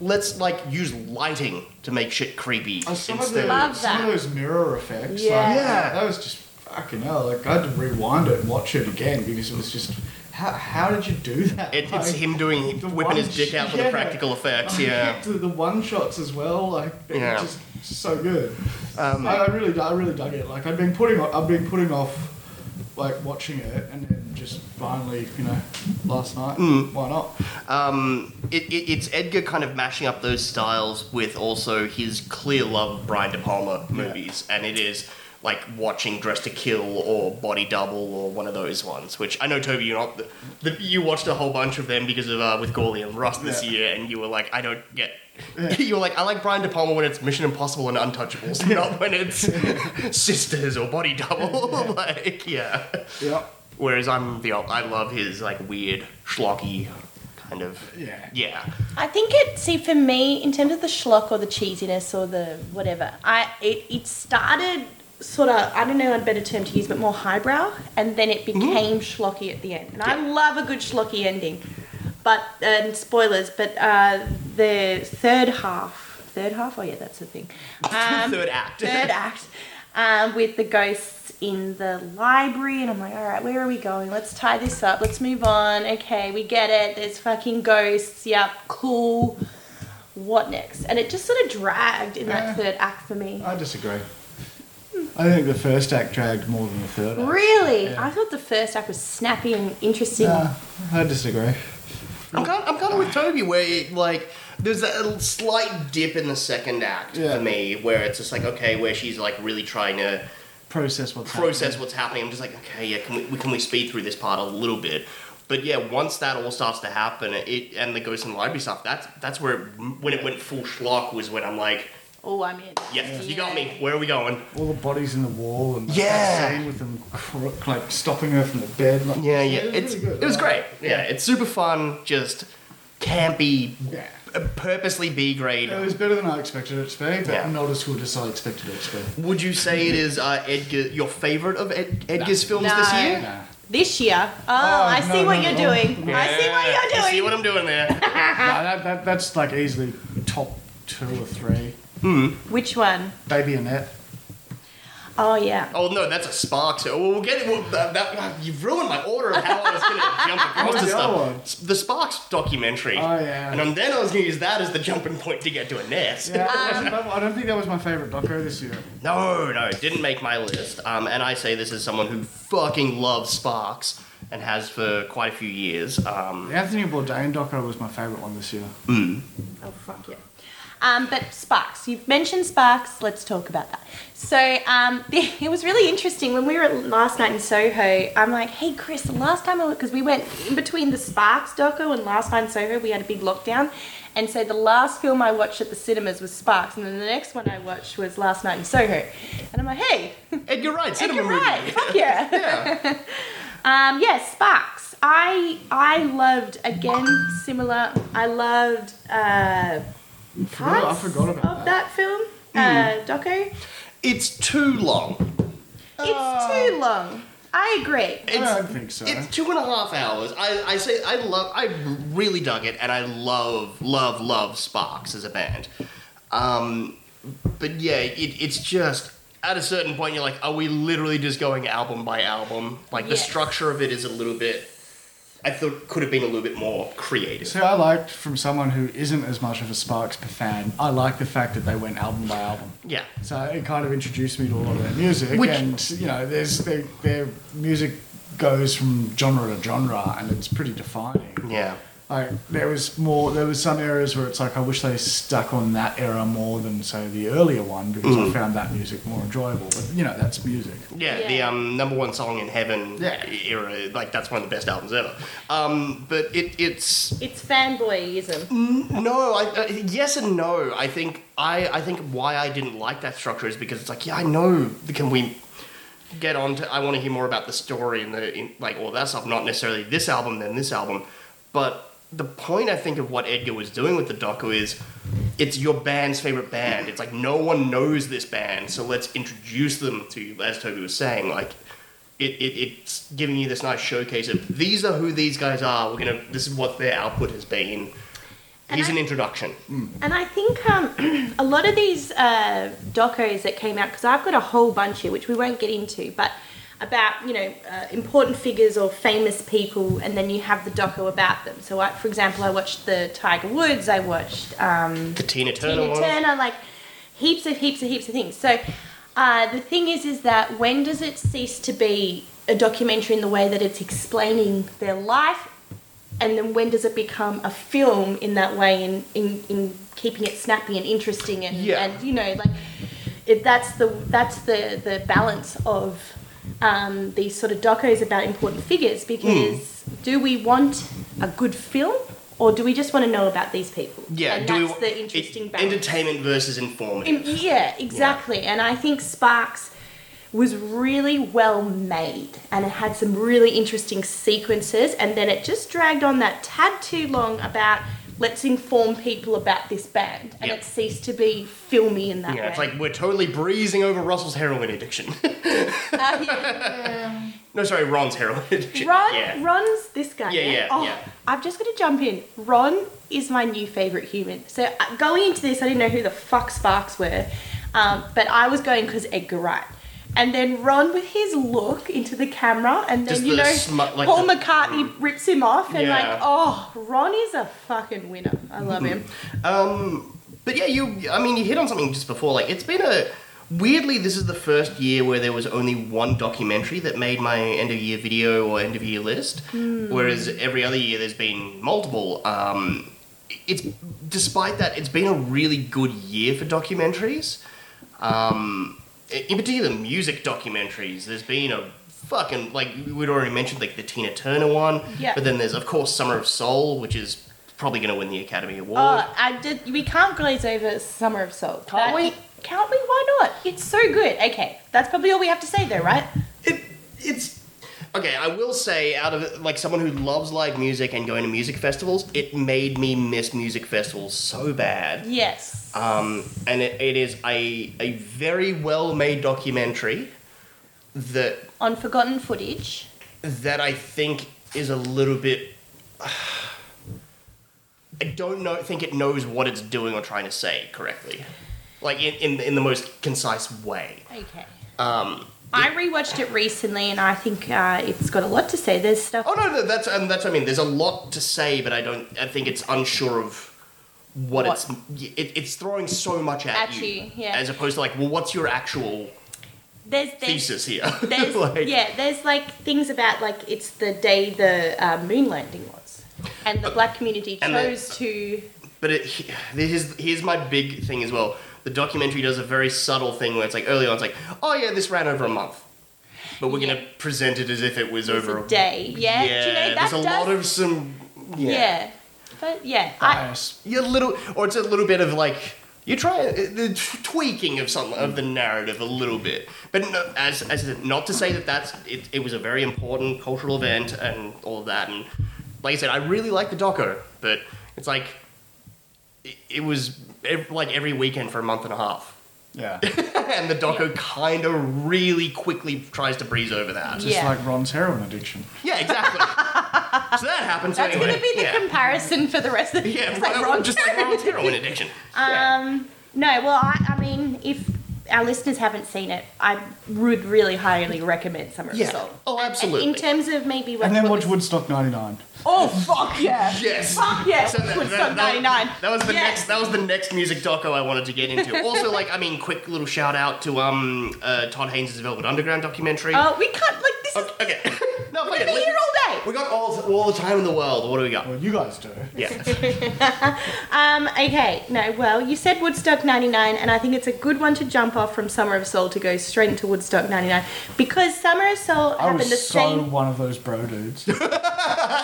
Speaker 2: let's like use lighting to make shit creepy
Speaker 4: Uh, some, of
Speaker 2: instead
Speaker 4: the,
Speaker 3: Love
Speaker 4: some of
Speaker 3: that.
Speaker 4: those mirror effects.
Speaker 3: Yeah.
Speaker 4: Like,
Speaker 2: Yeah.
Speaker 4: that was just fucking hell. Like I had to rewind it and watch it again because it was just how, how did you do that?
Speaker 2: It,
Speaker 4: Like,
Speaker 2: it's him doing
Speaker 4: the
Speaker 2: whipping his
Speaker 4: one
Speaker 2: dick out for the
Speaker 4: shot.
Speaker 2: practical effects.
Speaker 4: Like,
Speaker 2: Yeah,
Speaker 4: the, the one shots as well, like they're
Speaker 2: Yeah. Um,
Speaker 4: just so good. I, I really, I really dug it. Like I've been putting, I've been putting off like watching it, and then just finally, you know, last night,
Speaker 2: Hmm.
Speaker 4: why not?
Speaker 2: um, it, it, it's Edgar kind of mashing up those styles with also his clear love of Brian De Palma movies, and it is like watching Dress to Kill or Body Double or one of those ones. Which I know, Toby, you're not. The, the, you watched a whole bunch of them because of uh, with Gawley and Rust this
Speaker 4: Yeah.
Speaker 2: year, and you were like, I don't get. You were like, I like Brian De Palma when it's Mission Impossible and Untouchables, not when it's Sisters or Body Double. like, yeah.
Speaker 4: Yeah,
Speaker 2: Whereas I'm the op- I love his like weird schlocky kind of
Speaker 4: Yeah.
Speaker 2: yeah
Speaker 3: I think it see for me in terms of the schlock or the cheesiness or the whatever. I it, it started sort of I don't know a better term to use, but more highbrow, and then it became schlocky at the end. And I love a good schlocky ending. But and spoilers, but uh, the third half, third half. Oh yeah, that's the thing. Um,
Speaker 2: third act.
Speaker 3: third act um, with the ghosts in the library and i'm like all right where are we going let's tie this up let's move on okay we get it there's fucking ghosts yep cool what next and it just sort of dragged in that
Speaker 4: Yeah.
Speaker 3: third act for me
Speaker 4: I disagree. I think the first act dragged more than the third. act.
Speaker 3: really
Speaker 4: Yeah.
Speaker 3: i thought the first act was snappy and interesting
Speaker 4: Nah, I disagree.
Speaker 2: I'm kind I'm kind of with Toby where it, like there's that slight dip in the second act
Speaker 4: Yeah.
Speaker 2: for me where it's just like okay where she's like really trying to
Speaker 4: Process what's
Speaker 2: process what's happening. I'm just like okay yeah can we- we can we speed through this part a little bit. But yeah, once that all starts to happen, it and the ghost in the library stuff. That's that's where it, when it went full schlock was when I'm like,
Speaker 3: oh i'm in
Speaker 2: yeah, you got me. Where are we going?
Speaker 4: happening. All the bodies in the wall and like,
Speaker 2: Yeah.
Speaker 4: that scene with them cr- like stopping her from the bed. Like,
Speaker 2: Yeah, yeah.
Speaker 4: was
Speaker 2: It's
Speaker 4: really good.
Speaker 2: it was
Speaker 4: Like,
Speaker 2: great. Yeah, it's super fun. Just campy,
Speaker 4: Yeah.
Speaker 2: uh, purposely B grade.
Speaker 4: It was better than I expected it to be, but
Speaker 2: Yeah.
Speaker 4: not as good as I expected it to be.
Speaker 2: Would you say it is uh, Edgar your favorite of Ed- Edgar's films this
Speaker 3: No.
Speaker 2: year?
Speaker 4: Nah. Uh,
Speaker 3: this year oh, i see
Speaker 4: no,
Speaker 3: what
Speaker 4: no,
Speaker 3: you're
Speaker 4: no.
Speaker 3: doing i see
Speaker 2: Yeah,
Speaker 3: what
Speaker 2: I
Speaker 3: you're
Speaker 2: See
Speaker 3: doing
Speaker 2: what I'm doing there?
Speaker 4: Nah, that, that, that's like easily top two or three.
Speaker 3: which one?
Speaker 4: Baby Annette.
Speaker 3: Oh yeah
Speaker 2: oh no, that's a spark. So we'll get it. We'll, that, that, uh, you've ruined my order of how I was going to jump across
Speaker 4: What's
Speaker 2: to
Speaker 4: the other
Speaker 2: stuff.
Speaker 4: one?
Speaker 2: S- The Sparks documentary.
Speaker 4: Oh, yeah.
Speaker 2: And um, then I was going to use that as the jumping point to get to a nest.
Speaker 4: Yeah, that wasn't- that- I don't think that was my favourite doco this year.
Speaker 2: No, no, it didn't make my list. Um, and I say this as someone who fucking loves Sparks and has for quite a few years. Um,
Speaker 4: The Anthony Bourdain doco was my favourite one this year.
Speaker 3: Oh fuck yeah. Um, but Sparks, you've mentioned Sparks. Let's talk about that. So um, it was really interesting when we were last night in Soho. I'm like, hey Chris, the last time I because we went in between the Sparks doco and last night in Soho, we had a big lockdown, and so the last film I watched at the cinemas was Sparks, and then the next one I watched was Last Night in Soho, and I'm like, hey,
Speaker 2: Edgar Wright, cinema
Speaker 3: you're
Speaker 2: movie.
Speaker 3: right, fuck yeah.
Speaker 2: Yeah.
Speaker 3: Um, yeah, Sparks. I I loved again similar. I loved uh,
Speaker 4: forgot- I
Speaker 3: parts
Speaker 4: forgot about Hmm.
Speaker 3: of that,
Speaker 4: that.
Speaker 3: film uh, doco. It's
Speaker 2: It's too long. Uh.
Speaker 3: too long. I agree.
Speaker 2: It's,
Speaker 4: I don't think so.
Speaker 2: It's two and a half hours. I, I say I love. I really dug it, and I love, love, love Sparks as a band. Um, but yeah, it, it's just at a certain point you're like, are we literally just going album by album? Like the
Speaker 3: Yes.
Speaker 2: structure of it is a little bit I thought could have been a little bit more creative.
Speaker 4: See, I liked from someone who isn't as much of a Sparks fan. I like the fact that they went album by album.
Speaker 2: Yeah.
Speaker 4: So it kind of introduced me to a lot of their music,
Speaker 2: Which-
Speaker 4: and you know, there's their, their music goes from genre to genre, and it's pretty defining.
Speaker 2: Yeah.
Speaker 4: Like there was more, there was some areas where it's like I wish they stuck on that era more than say the earlier one because
Speaker 2: Mm-hmm.
Speaker 4: I found that music more enjoyable. But you know, that's music.
Speaker 2: Yeah,
Speaker 3: Yeah.
Speaker 2: the um, number one song in heaven
Speaker 4: Yeah.
Speaker 2: era, like that's one of the best albums ever. Um, but it, it's
Speaker 3: It's fanboyism.
Speaker 2: no, I, uh, yes and no. I think I, I think why I didn't like that structure is because it's like yeah, I know. Can we get on to? I want to hear more about the story and the in, like all that stuff. Not necessarily this album, then this album, but the point I think of what Edgar was doing with the doco is it's your band's favorite band. It's like no one knows this band, so let's introduce them to you. As Toby was saying, like it, it, it's giving you this nice showcase of these are who these guys are. We're gonna this is what their output has been.
Speaker 3: And
Speaker 2: Here's
Speaker 3: I- Mm.
Speaker 2: an introduction.
Speaker 3: And I think um, a lot of these uh, docos that came out, because I've got a whole bunch here, which we won't get into, but about, you know, uh, important figures or famous people, and then you have the doco about them. So, I, for example, I watched the Tiger Woods, I watched um,
Speaker 2: The Tina Turner
Speaker 3: Tina
Speaker 2: one.
Speaker 3: Turner, like heaps of heaps of heaps of things. So uh, the thing is, is that when does it cease to be a documentary in the way that it's explaining their life, and then when does it become a film in that way, in in, in keeping it snappy and interesting, and
Speaker 2: Yeah.
Speaker 3: and you know like it, that's the that's the the balance of um, these sort of docos about important figures because
Speaker 2: Hmm.
Speaker 3: do we want a good film or do we just want to know about these people?
Speaker 2: Yeah,
Speaker 3: and
Speaker 2: do we
Speaker 3: that's
Speaker 2: wa-
Speaker 3: the interesting
Speaker 2: it-
Speaker 3: balance.
Speaker 2: entertainment versus informative.
Speaker 3: Um, yeah, exactly. And I think Sparks was really well made and it had some really interesting sequences and then it just dragged on that tad too long about let's inform people about this band and
Speaker 2: Yep.
Speaker 3: it ceased to be filmy in that
Speaker 2: yeah, it's
Speaker 3: way.
Speaker 2: like we're totally breezing over Russell's heroin addiction.
Speaker 3: Uh, yeah.
Speaker 2: no, sorry, Ron's heroin addiction.
Speaker 3: Ron
Speaker 2: yeah.
Speaker 3: Ron's this guy.
Speaker 2: Yeah, yeah,
Speaker 3: oh,
Speaker 2: yeah.
Speaker 3: I've just got to jump in. Ron is my new favorite human. So uh, going into this, I didn't know who the fuck Sparks were, um, but I was going because Edgar Wright. And then Ron with his look into the camera, and then
Speaker 2: Just
Speaker 3: you
Speaker 2: the
Speaker 3: know
Speaker 2: smu- like
Speaker 3: Paul
Speaker 2: the- Mm.
Speaker 3: McCartney rips him off, and
Speaker 2: Yeah.
Speaker 3: like, oh, Ron is a fucking winner. I love him.
Speaker 2: Mm-hmm. But yeah, you. I mean, you hit on something just before. Like, it's been a weirdly, this is the first year where there was only one documentary that made my end of year video or end of year list. Whereas every other year, there's been multiple. Um, it's despite that, it's been a really good year for documentaries. Um, in particular, music documentaries. There's been a fucking like we'd already mentioned like the Tina Turner one.
Speaker 3: Yeah.
Speaker 2: But then there's of course Summer of Soul, which is probably going to win the Academy Award.
Speaker 3: Oh, I did. We can't glaze over Summer of Soul.
Speaker 2: Can't we?
Speaker 3: Can't we? Why not? It's so good. Okay, that's probably all we have to say, though, right?
Speaker 2: it it's okay i will say out of like someone who loves live music and going to music festivals it made me miss music festivals so
Speaker 3: Mm.
Speaker 2: bad
Speaker 3: Yes.
Speaker 2: um, and it, it is a, a very well made documentary that
Speaker 3: on forgotten footage.
Speaker 2: that i think is a little bit i don't know think it knows what it's doing or trying to say correctly like in, in, in the most concise way
Speaker 3: Okay.
Speaker 2: um,
Speaker 3: I rewatched it recently, and I think uh, it's got a lot to say. There's stuff.
Speaker 2: Oh no, no that's um, that's what I mean. There's a lot to say, but I don't. I think it's unsure of what,
Speaker 3: What?
Speaker 2: it's. It, it's throwing so much at,
Speaker 3: At you, yeah.
Speaker 2: As opposed to like, well, what's your actual
Speaker 3: There's, there's
Speaker 2: thesis here?
Speaker 3: There's,
Speaker 2: Like,
Speaker 3: yeah, there's like things about like it's the day the uh, moon landing was, and the black community
Speaker 2: and the-
Speaker 3: chose to.
Speaker 2: But it, he- here's here's my big thing as well. The documentary does a very subtle thing where it's like early on, it's like, oh yeah, this ran over a month, but we're gonna present it as if it was
Speaker 3: It's
Speaker 2: over
Speaker 3: a day. Yeah. Do you know that
Speaker 2: there's a
Speaker 3: does,
Speaker 2: lot of some.
Speaker 3: Yeah. But yeah, I,
Speaker 4: Bias.
Speaker 2: you little, or it's a little bit of like you try uh, the tweaking of some of the narrative a little bit, but no, as as not to say that that's it, it was a very important cultural event and all of that, and like I said, I really like the doco, but it's like it, it was ev- like every weekend for a month and a half,
Speaker 4: Yeah.
Speaker 2: and the doco kind of really quickly tries to breeze over that.
Speaker 4: Just
Speaker 3: Yeah.
Speaker 4: like Ron's heroin addiction.
Speaker 2: Yeah, exactly. so that happens.
Speaker 3: that's
Speaker 2: anyway.
Speaker 3: gonna be the
Speaker 2: yeah.
Speaker 3: comparison for the rest of the
Speaker 2: yeah,
Speaker 3: it's like
Speaker 2: well,
Speaker 3: Ron
Speaker 2: just like
Speaker 3: Jeremy.
Speaker 2: Ron's heroin addiction. Yeah.
Speaker 3: Um, no, well, I, I mean, if our listeners haven't seen it, I would really highly recommend Summer
Speaker 2: Yeah.
Speaker 3: of Soul.
Speaker 2: Oh,
Speaker 3: And- and
Speaker 2: absolutely.
Speaker 3: in terms of maybe what,
Speaker 4: And then
Speaker 3: what
Speaker 4: watch
Speaker 3: was-
Speaker 4: Woodstock 99.
Speaker 3: Oh fuck yeah!
Speaker 2: Yes.
Speaker 3: Fuck yeah!
Speaker 2: So that-
Speaker 3: Woodstock
Speaker 2: that- that-
Speaker 3: '99.
Speaker 2: That was the
Speaker 3: Yes.
Speaker 2: next. That was the next music doco I wanted to get into. also, like, I mean, quick little shout out to um uh, Todd Haynes' Velvet Underground documentary.
Speaker 3: Oh, we can't like this is
Speaker 2: okay. okay. no, fuck
Speaker 3: we're
Speaker 2: it.
Speaker 3: gonna be here all day.
Speaker 2: We got all all the time in the world. What do we got?
Speaker 4: Well, you guys do.
Speaker 2: Yeah.
Speaker 3: Um, okay, no, well, you said Woodstock 99, and I think it's a good one to jump off from Summer of Soul to go straight into Woodstock 99 because Summer of Soul
Speaker 4: I
Speaker 3: happened the
Speaker 4: was so
Speaker 3: same.
Speaker 4: one of those bro dudes.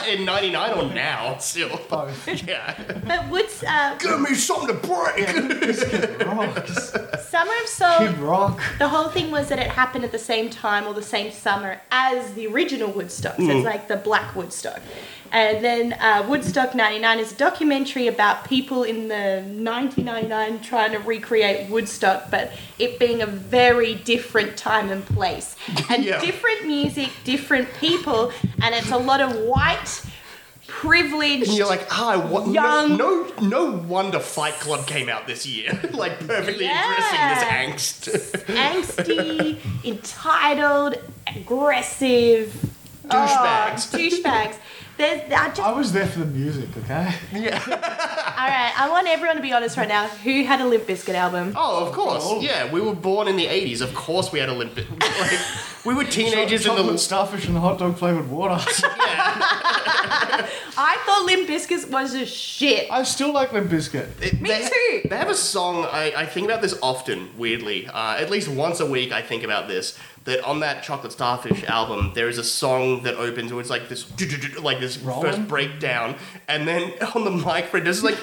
Speaker 2: in '99 or now, still.
Speaker 4: Both.
Speaker 2: Yeah.
Speaker 3: But Woods, uh,
Speaker 2: Give me something to break.
Speaker 4: Rocks.
Speaker 3: Summer of Soul,
Speaker 4: Kid Rock.
Speaker 3: the whole thing was that it happened at the same time or the same summer as the original Woodstock. So
Speaker 2: Mm.
Speaker 3: it's like the black Woodstock. And then uh, Woodstock 99 is a documentary about people in the 1999 trying to recreate Woodstock, but it being a very different time and place. And
Speaker 2: Yeah.
Speaker 3: different music, different people, and it's a lot of white, privileged.
Speaker 2: And you're like, ah, what?
Speaker 3: Young.
Speaker 2: No, no, no wonder Fight Club came out this year. like perfectly
Speaker 3: Yeah.
Speaker 2: addressing this angst.
Speaker 3: angsty, entitled, aggressive
Speaker 2: Douchebags.
Speaker 3: Oh, douchebags. There's, I just,
Speaker 4: I was there for the music, okay?
Speaker 3: all right, I want everyone to be honest right now. Who had a Limp Bizkit album?
Speaker 2: Oh, of course. Yeah, we were born in the 80s. Of course we had Olympic. Like, we were teenagers in
Speaker 4: Chocolate
Speaker 2: the.
Speaker 4: starfish and the hot dog flavored water.
Speaker 3: I thought Limp Bizkit was a shit.
Speaker 4: I still like Limp Biscuit.
Speaker 2: It-
Speaker 3: Me
Speaker 2: they,
Speaker 3: too.
Speaker 2: They have a song, I, I think about this often, weirdly. Uh, at least once a week, I think about this. That on that Chocolate Starfish album, there is a song that opens where it's like this, like this
Speaker 4: Rolling?
Speaker 2: first breakdown, and then on the mic, Fred is like,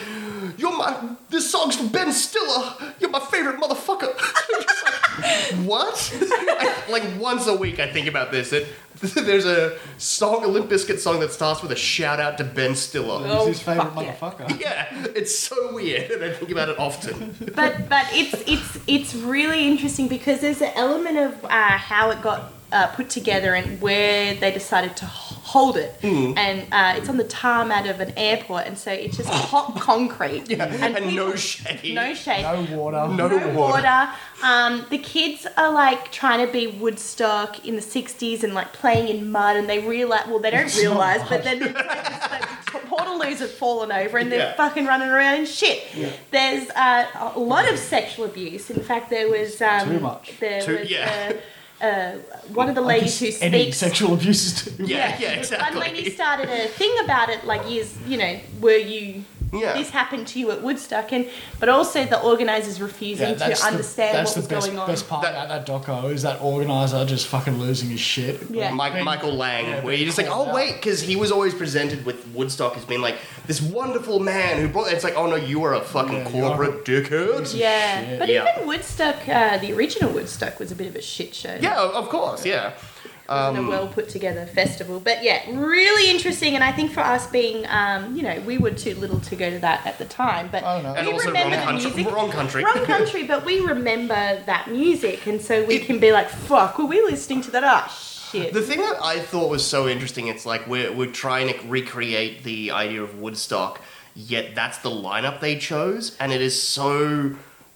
Speaker 2: "You're my this song's for Ben Stiller. You're my favorite motherfucker." Just like, what? I- like once a week, I think about this. It, there's a song, a Limp Bizkit song that starts with a shout out to Ben Stiller.
Speaker 3: Oh,
Speaker 4: He's his favorite
Speaker 3: fuck yeah.
Speaker 4: motherfucker.
Speaker 2: Yeah, it's so weird, and I think about it often.
Speaker 3: but but it's it's it's really interesting because there's an element of uh, how it got uh, put together and where they decided to h- hold it,
Speaker 2: Mm.
Speaker 3: and uh, it's on the tarmac of an airport, and so it's just hot concrete
Speaker 2: and,
Speaker 3: people-
Speaker 2: no shade.
Speaker 3: no shade,
Speaker 4: No water.
Speaker 2: No.
Speaker 3: no
Speaker 2: water.
Speaker 3: water. Um, the kids are like trying to be Woodstock in the '60s and like playing in mud, and they realize well, they don't realize, but then it's like, it's like Portaloos have fallen over and they're
Speaker 2: Yeah.
Speaker 3: fucking running around and shit. There's uh, a lot of sexual abuse. In fact, there was um,
Speaker 4: Too much.
Speaker 3: There
Speaker 2: Too-
Speaker 3: was
Speaker 2: yeah.
Speaker 3: uh, uh, one of the
Speaker 4: I
Speaker 3: ladies
Speaker 4: guess
Speaker 3: who
Speaker 4: Any
Speaker 3: speaks.
Speaker 4: sexual abuse is too.
Speaker 2: Yeah, yeah,
Speaker 3: One lady
Speaker 2: exactly.
Speaker 3: started a thing about it, like years, you know, were you
Speaker 2: Yeah.
Speaker 3: this happened to you at Woodstock, and but also the organisers refusing
Speaker 4: Yeah,
Speaker 3: to understand
Speaker 4: that's
Speaker 3: what was
Speaker 4: the best,
Speaker 3: going on.
Speaker 4: best part
Speaker 2: That-
Speaker 4: about that doco is that organizer just fucking losing his shit.
Speaker 3: Yeah.
Speaker 2: Mike, Michael Lang,
Speaker 4: Yeah,
Speaker 2: where you're just like,
Speaker 4: called
Speaker 2: oh
Speaker 4: out.
Speaker 2: wait, because he was always presented with Woodstock as being like this wonderful man who brought. It's like, oh no, you are a fucking
Speaker 4: Yeah, you are.
Speaker 2: corporate dickhead.
Speaker 3: yeah,
Speaker 4: shit.
Speaker 3: but
Speaker 2: Yeah.
Speaker 3: even Woodstock, uh, the original Woodstock, was a bit of a shit show.
Speaker 2: Yeah, Um, of course, yeah.
Speaker 3: wasn't a well put together festival, but yeah, really interesting. And I think for us being, um, you know, we were too little to go to that at the time, but
Speaker 4: Oh, no.
Speaker 2: And
Speaker 3: we
Speaker 2: also wrong
Speaker 3: remember the
Speaker 2: country,
Speaker 3: music.
Speaker 2: wrong country.
Speaker 3: Wrong country, but we remember that music, and so we
Speaker 2: It-
Speaker 3: can be like, "Fuck, were we listening to that? Ah, shit."
Speaker 2: The thing that I thought was so interesting, it's like we're, we're trying to recreate the idea of Woodstock, yet that's the lineup they chose, and it is so.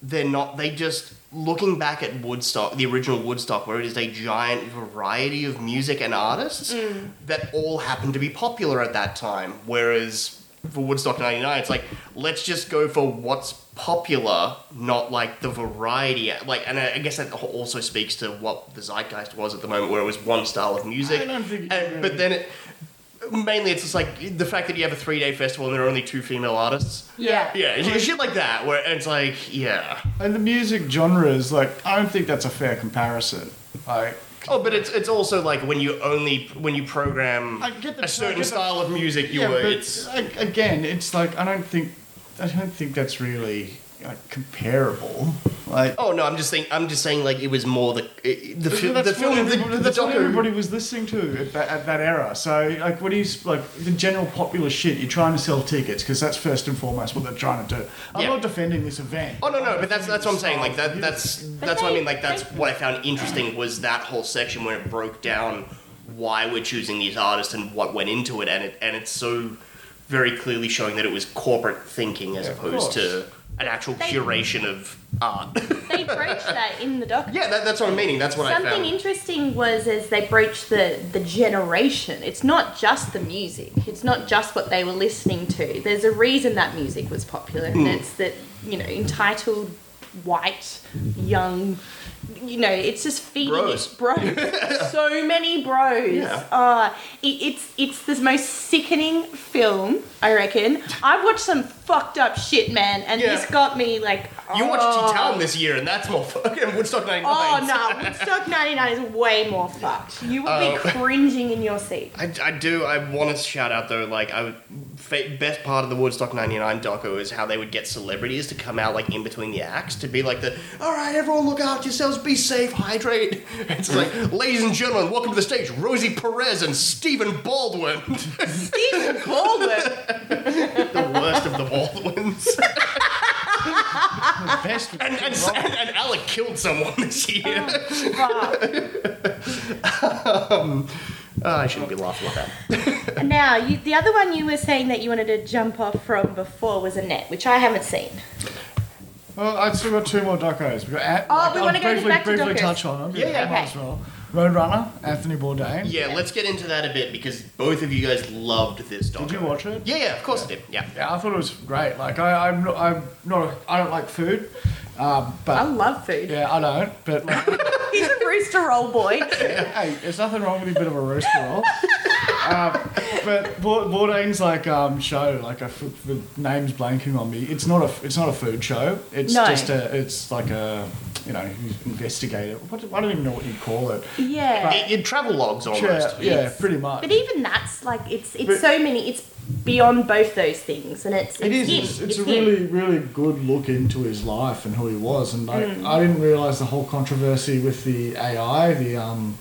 Speaker 2: They're not. They just. Looking back at Woodstock, the original Woodstock, where it is a giant variety of music and artists that all happen to be popular at that time. Whereas for Woodstock 99, it's like, let's just go for what's popular, not like the variety. Like, and I I guess that also speaks to what the zeitgeist was at the moment, where it was one style of music.
Speaker 4: I don't think you
Speaker 2: And-
Speaker 4: can
Speaker 2: but
Speaker 4: really-
Speaker 2: then it. Mainly, it's just like the fact that you have a three day festival and there are only two female artists.
Speaker 3: yeah.
Speaker 2: Yeah, shit like that, where it's like, yeah.
Speaker 4: And the music genre is like, I don't think that's a fair comparison. Like,
Speaker 2: Oh, but it's it's also like when you only when you program
Speaker 4: I get the-
Speaker 2: a certain
Speaker 4: I get the-
Speaker 2: style of music, you
Speaker 4: yeah,
Speaker 2: were
Speaker 4: but
Speaker 2: it's
Speaker 4: a- again, it's like I don't think, I don't think that's really like, comparable. Like,
Speaker 2: Oh no, I'm just saying. I'm just saying. Like it was more the it, the, fil- the
Speaker 4: that's what
Speaker 2: film. The,
Speaker 4: everybody-
Speaker 2: the
Speaker 4: that's what everybody
Speaker 2: docu.
Speaker 4: was listening to at that, at that era. So, like, what do you s- like the general popular shit? You're trying to sell tickets because that's first and foremost what they're trying to do. I'm
Speaker 2: Yeah.
Speaker 4: not defending this event.
Speaker 2: Oh no, no, but that's that's what I'm saying. Like that,
Speaker 4: Yeah.
Speaker 2: that's that's what I mean. Like that's what I found interesting was that whole section where it broke down why we're choosing these artists and what went into it, and it and it's so very clearly showing that it was corporate thinking as
Speaker 4: Yeah, of
Speaker 2: opposed to an actual
Speaker 3: They-
Speaker 2: curation of art.
Speaker 3: They broached that in the document.
Speaker 2: yeah, that, that's what I'm meaning. That's what I
Speaker 3: Something
Speaker 2: found.
Speaker 3: interesting was as they broached the the generation. It's not just the music. It's not just what they were listening to. There's a reason that music was popular,
Speaker 2: Hmm.
Speaker 3: and it's that you know entitled white young. You know, it's just feeding
Speaker 2: Bros.
Speaker 3: it bros. so many bros.
Speaker 2: Yeah.
Speaker 3: Uh, it, it's it's the most sickening film, I reckon. I've watched some fucked up shit, man, and
Speaker 2: Yeah.
Speaker 3: this got me like.
Speaker 2: you watched
Speaker 3: oh.
Speaker 2: T-Town this year, and that's more fucking Woodstock 99.
Speaker 3: Oh no, Woodstock '99 is way more fucked. You will
Speaker 2: Oh.
Speaker 3: be cringing in your seat.
Speaker 2: I, I do. I want to shout out though. Like, I would, fa- best part of the Woodstock '99 doco is how they would get celebrities to come out like in between the acts to be like the, all right, everyone, look after yourselves, be safe, hydrate. It's like, ladies and gentlemen, welcome to the stage, Rosie Perez and Stephen Baldwin,
Speaker 3: Stephen Baldwin.
Speaker 2: the worst of the Baldwins,
Speaker 4: The best was
Speaker 2: and and,
Speaker 4: Tim Robbins.
Speaker 2: and, and Alec killed someone this year.
Speaker 3: Fuck.
Speaker 2: Oh, I shouldn't be laughing at that.
Speaker 3: now, you, the other one you were saying that you wanted to jump off from before was Annette, which I haven't seen.
Speaker 4: Well, I've still got two more docos. We've got at,
Speaker 3: Oh, we
Speaker 4: I'll
Speaker 3: wanna go
Speaker 4: briefly,
Speaker 3: back to
Speaker 4: briefly
Speaker 3: docos.
Speaker 4: touch on them.
Speaker 2: Yeah, yeah.
Speaker 4: Might
Speaker 3: Okay.
Speaker 4: as well. Roadrunner, Anthony Bourdain.
Speaker 2: Yeah, let's get into that a bit because both of you guys loved this doco.
Speaker 4: Did you watch it?
Speaker 2: Yeah, yeah, of course I did. Yeah.
Speaker 4: Yeah, I thought it was great. Like I, I'm not, I'm not, I don't like food, um, but
Speaker 3: I love food.
Speaker 4: yeah, I don't. But like,
Speaker 3: He's a rooster roll boy.
Speaker 4: hey, there's nothing wrong with a bit of a rooster roll. um, but Bour- Bourdain's like um, show, like a f- the name's blanking on me. It's not a, it's not a food show. It's
Speaker 3: No.
Speaker 4: just a, it's like a, you know, you investigate it. What, I don't even know what you'd call it.
Speaker 3: Yeah.
Speaker 2: It, it travel logs almost.
Speaker 4: Yeah, yeah, pretty much.
Speaker 3: But even that's like it's it's
Speaker 4: But-
Speaker 3: so many. It's beyond both those things, and it's, it's
Speaker 4: It is.
Speaker 3: Him.
Speaker 4: It's, it's a
Speaker 3: him.
Speaker 4: really, really good look into his life and who he was. And like,
Speaker 3: Mm.
Speaker 4: I didn't realize the whole controversy with the AI, the um,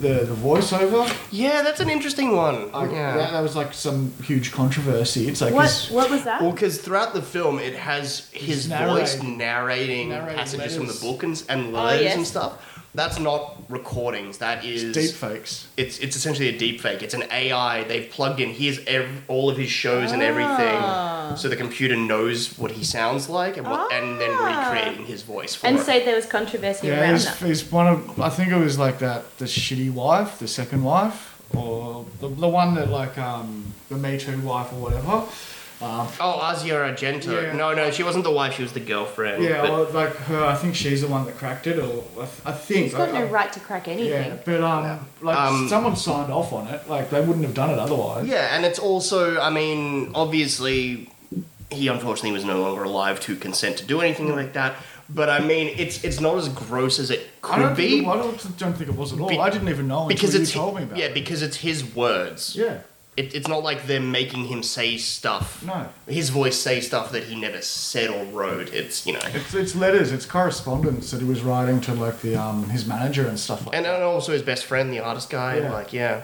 Speaker 4: the the voiceover.
Speaker 2: Yeah, that's an interesting one.
Speaker 4: Like,
Speaker 2: yeah.
Speaker 4: that, that was like some huge controversy. It's like
Speaker 3: What
Speaker 4: this-
Speaker 3: what was that?
Speaker 2: Well, because throughout the film, it has his
Speaker 4: He's narrating-
Speaker 2: voice narrating,
Speaker 4: narrating
Speaker 2: passages from the
Speaker 4: letters.
Speaker 2: book and, and letters
Speaker 3: yes.
Speaker 2: and stuff. That's not recordings. That is
Speaker 4: deep fakes.
Speaker 2: It's it's essentially a deep fake. It's an AI. They've plugged in. Here's ev- all of his shows and everything, so the computer knows what he sounds like and what, and then
Speaker 3: Ah.
Speaker 2: recreating his voice for
Speaker 3: and
Speaker 2: it.
Speaker 3: so there was controversy
Speaker 4: Yeah,
Speaker 3: around
Speaker 4: he's,
Speaker 3: that.
Speaker 4: he's one of. I think it was like that. The shitty wife, the second wife, or the, the one that like um, the Me Too wife or whatever. Um,
Speaker 2: oh, Asia Argento.
Speaker 4: Yeah.
Speaker 2: No, no, she wasn't the wife. She was the girlfriend.
Speaker 4: yeah,
Speaker 2: but-
Speaker 4: well, like her. I think she's the one that cracked it, or I, th- I think.
Speaker 3: He's got
Speaker 4: I-
Speaker 3: no
Speaker 4: I-
Speaker 3: right to crack anything.
Speaker 4: Yeah, but um, like
Speaker 2: Um,
Speaker 4: someone signed off on it. Like they wouldn't have done it otherwise.
Speaker 2: Yeah, and it's also, I mean, obviously, he unfortunately was no longer alive to consent to do anything like that. But I mean, it's it's not as gross as it
Speaker 4: I don't,
Speaker 2: could
Speaker 4: think,
Speaker 2: be
Speaker 4: I don't, don't think it was at all.
Speaker 2: Be-
Speaker 4: I didn't even know
Speaker 2: because
Speaker 4: until
Speaker 2: it's
Speaker 4: you told me about.
Speaker 2: yeah,
Speaker 4: it.
Speaker 2: because it's his words.
Speaker 4: yeah,
Speaker 2: It, it's not like they're making him say stuff.
Speaker 4: No.
Speaker 2: his voice say stuff that he never said or wrote. It's you know,
Speaker 4: it's it's letters, it's correspondence that he was writing to like the um his manager and stuff like.
Speaker 2: and, and
Speaker 4: that.
Speaker 2: also his best friend, the artist guy.
Speaker 4: Yeah.
Speaker 2: Like yeah,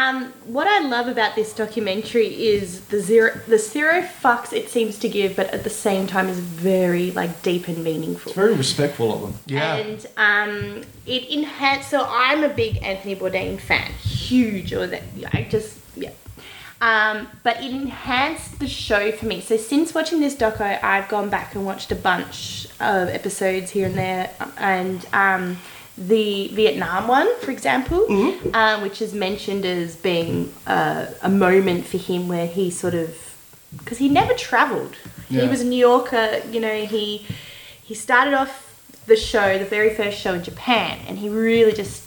Speaker 3: Um, what I love about this documentary is the zero, the zero fucks it seems to give, but at the same time is very like deep and meaningful.
Speaker 4: It's very respectful of them.
Speaker 3: And um, it enhanced. So I'm a big Anthony Bourdain fan, huge. Or that I just yeah. Um, but it enhanced the show for me. So since watching this doco, I've gone back and watched a bunch of episodes here and there, and um, the Vietnam one, for example, uh, which is mentioned as being a, a moment for him where he sort of, because he never travelled. He
Speaker 4: Yeah.
Speaker 3: was a New Yorker, you know. He he started off the show, the very first show in Japan, and he really just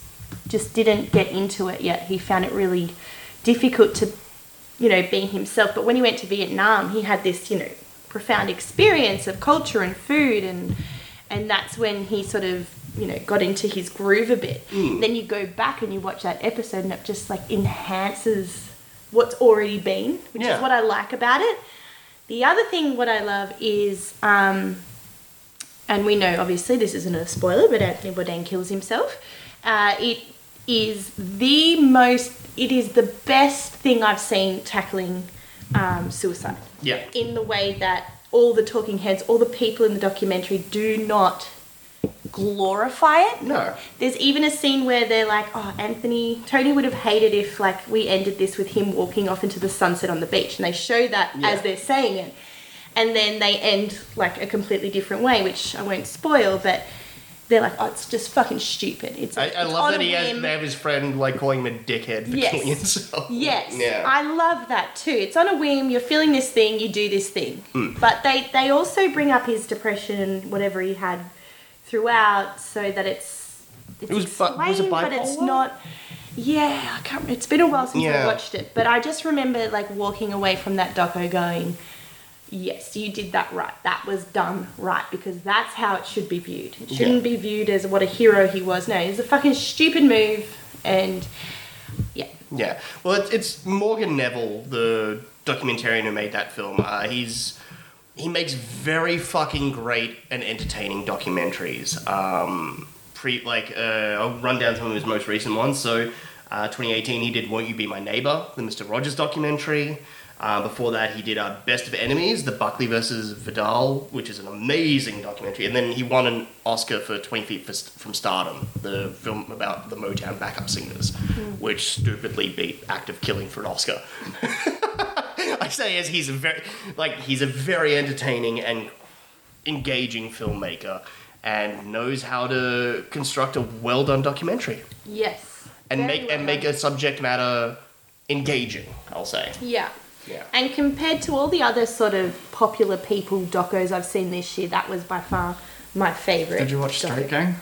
Speaker 3: just didn't get into it yet. He found it really difficult to, you know, being himself. But when he went to Vietnam, he had this, you know, profound experience of culture and food, and and that's when he sort of, you know, got into his groove a bit. Then you go back and you watch that episode, and it just like enhances what's already been, which
Speaker 2: Yeah.
Speaker 3: is what I like about it. The other thing what I love is, um, and we know obviously this isn't a spoiler, but Anthony Bourdain kills himself. Uh, it is the most, it is the best thing I've seen tackling um, suicide
Speaker 2: yeah.
Speaker 3: in the way that all the talking heads, all the people in the documentary do not glorify it.
Speaker 2: No.
Speaker 3: There's even a scene where they're like, oh, Anthony, Tony would have hated if like we ended this with him walking off into the sunset on the beach. And they show that
Speaker 2: Yeah.
Speaker 3: as they're saying it. And then they end like a completely different way, which I won't spoil, but they're like, oh, it's just fucking stupid. It's
Speaker 2: I, I
Speaker 3: it's
Speaker 2: love
Speaker 3: on
Speaker 2: that
Speaker 3: a
Speaker 2: he has,
Speaker 3: whim.
Speaker 2: they have his friend like calling him a dickhead for
Speaker 3: Yes.
Speaker 2: killing himself.
Speaker 3: Yes,
Speaker 2: Yeah.
Speaker 3: I love that too. It's on a whim. You're feeling this thing, you do this thing.
Speaker 2: Hmm.
Speaker 3: But they they also bring up his depression and whatever he had throughout, so that it's it's
Speaker 2: It was bi- was it
Speaker 3: explained, but it's
Speaker 2: bipolar?
Speaker 3: not. Yeah, I can't. It's been a while since
Speaker 2: Yeah.
Speaker 3: I watched it, but I just remember like walking away from that doco going, "Yes, you did that right. That was done right because that's how it should be viewed. It shouldn't be viewed as what a hero he was. No, it's a fucking stupid move, and yeah,
Speaker 2: Yeah. Well, it's, it's Morgan Neville, the documentarian who made that film. Uh, he's he makes very fucking great and entertaining documentaries. Um, pre like uh, I'll run down some of his most recent ones. So, uh, 2018, he did "Won't You Be My Neighbor," the Mister Rogers documentary. Uh, before that, he did uh, "Best of Enemies," the Buckley versus Vidal, which is an amazing documentary. And then he won an Oscar for "20 Feet for, from Stardom," the film about the Motown backup singers,
Speaker 3: Hmm.
Speaker 2: which stupidly beat "Act of Killing" for an Oscar. I say is he's a very like he's a very entertaining and engaging filmmaker and knows how to construct a well done documentary
Speaker 3: yes,
Speaker 2: and
Speaker 3: Very
Speaker 2: make
Speaker 3: well
Speaker 2: and make
Speaker 3: done.
Speaker 2: a subject matter engaging. I'll say.
Speaker 3: yeah.
Speaker 2: Yeah.
Speaker 3: And compared to all the other sort of popular people docos I've seen this year, that was by far my favourite.
Speaker 4: Did you watch
Speaker 3: doco.
Speaker 4: Straight Gang?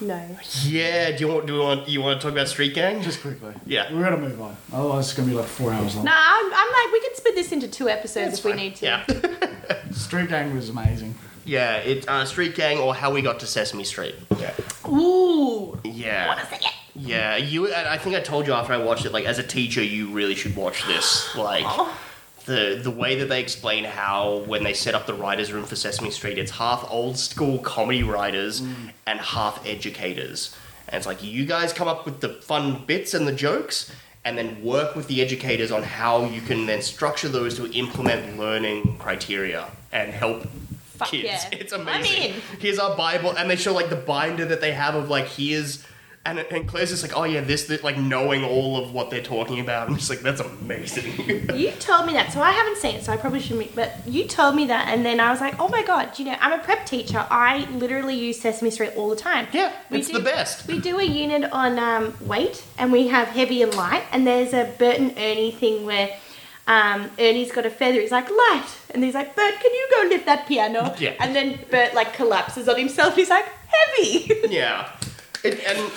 Speaker 3: No.
Speaker 2: Yeah. Do you want do you want you want to talk about Street Gang?
Speaker 4: Just quickly.
Speaker 2: Yeah.
Speaker 4: We gotta move on. Otherwise, it's gonna be like four hours long.
Speaker 3: Nah, I'm, I'm like, we could split this into two episodes if we need to.
Speaker 2: yeah.
Speaker 4: Street Gang was amazing.
Speaker 2: yeah. It uh, Street Gang or How We Got to Sesame Street.
Speaker 4: Yeah.
Speaker 3: Ooh.
Speaker 2: Yeah.
Speaker 3: What is it?
Speaker 2: Yeah, you. and I think I told you after I watched it. Like, as a teacher, you really should watch this. Like, the the way that they explain how when they set up the writers' room for Sesame Street, it's half old school comedy writers and half educators. And it's like you guys come up with the fun bits and the jokes, and then work with the educators on how you can then structure those to implement learning criteria and help
Speaker 3: Fuck
Speaker 2: kids.
Speaker 3: yeah.
Speaker 2: It's
Speaker 3: I'm
Speaker 2: amazing.
Speaker 3: in.
Speaker 2: Here's our Bible, and they show like the binder that they have of like here's, and and Claire's just like, oh yeah, this, this like knowing all of what they're talking about. I'm just like, that's amazing.
Speaker 3: You told me that, so I haven't seen it, so I probably shouldn't. be- But you told me that, and then I was like, oh my god, you know, I'm a prep teacher. I literally use Sesame Street all the time.
Speaker 2: Yeah, it's the best.
Speaker 3: We do a unit on um, weight, and we have heavy and light, and there's a Bert and Ernie thing where. Um, Ernie's got a feather. He's like light, and he's like Bert, can you go lift that piano?
Speaker 2: Yeah.
Speaker 3: And then Bert like collapses on himself. He's like heavy.
Speaker 2: yeah, it, and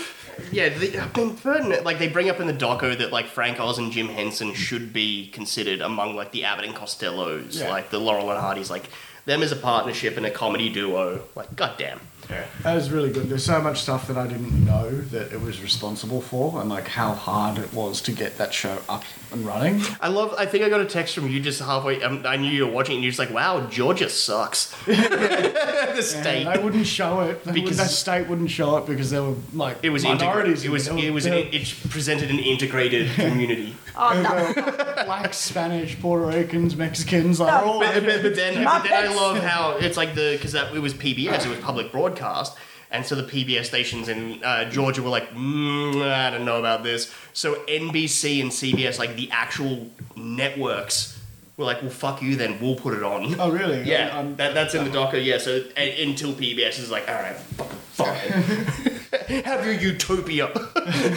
Speaker 2: yeah, the, I mean, Burton, like they bring up in the doco that like Frank Oz and Jim Henson should be considered among like the Abbott and Costellos,
Speaker 4: Yeah.
Speaker 2: like the Laurel and Hardy's, like them as a partnership and a comedy duo. Like, goddamn.
Speaker 4: Yeah. That was really good. There's so much stuff that I didn't know that it was responsible for, and like how hard it was to get that show up and running.
Speaker 2: I love. I think I got a text from you just halfway. Um, I knew you were watching, it, and you're just like, "Wow, Georgia sucks." the state.
Speaker 4: And they wouldn't show it because
Speaker 2: Because-
Speaker 4: that state wouldn't show it because there were like
Speaker 2: it was
Speaker 4: minorities.
Speaker 2: integrated. It was.
Speaker 4: in
Speaker 2: It was.
Speaker 4: There
Speaker 2: An, it presented an integrated community.
Speaker 3: oh no.
Speaker 4: were black, Spanish, Puerto Ricans, Mexicans, like
Speaker 3: No.
Speaker 4: all.
Speaker 2: but, but, but then, but then I
Speaker 3: Muppets.
Speaker 2: love how it's like the because that it was PBS, it was public broadcast, and so the PBS stations in uh, Georgia were like, mm, I don't know about this. So NBC and CBS, like the actual networks, were like, well, fuck you, then we'll put it on.
Speaker 4: Oh really?
Speaker 2: Yeah,
Speaker 4: Um,
Speaker 2: that, that's in the doco. Yeah, so a until PBS is like, all right, fucking fine. Have your utopia.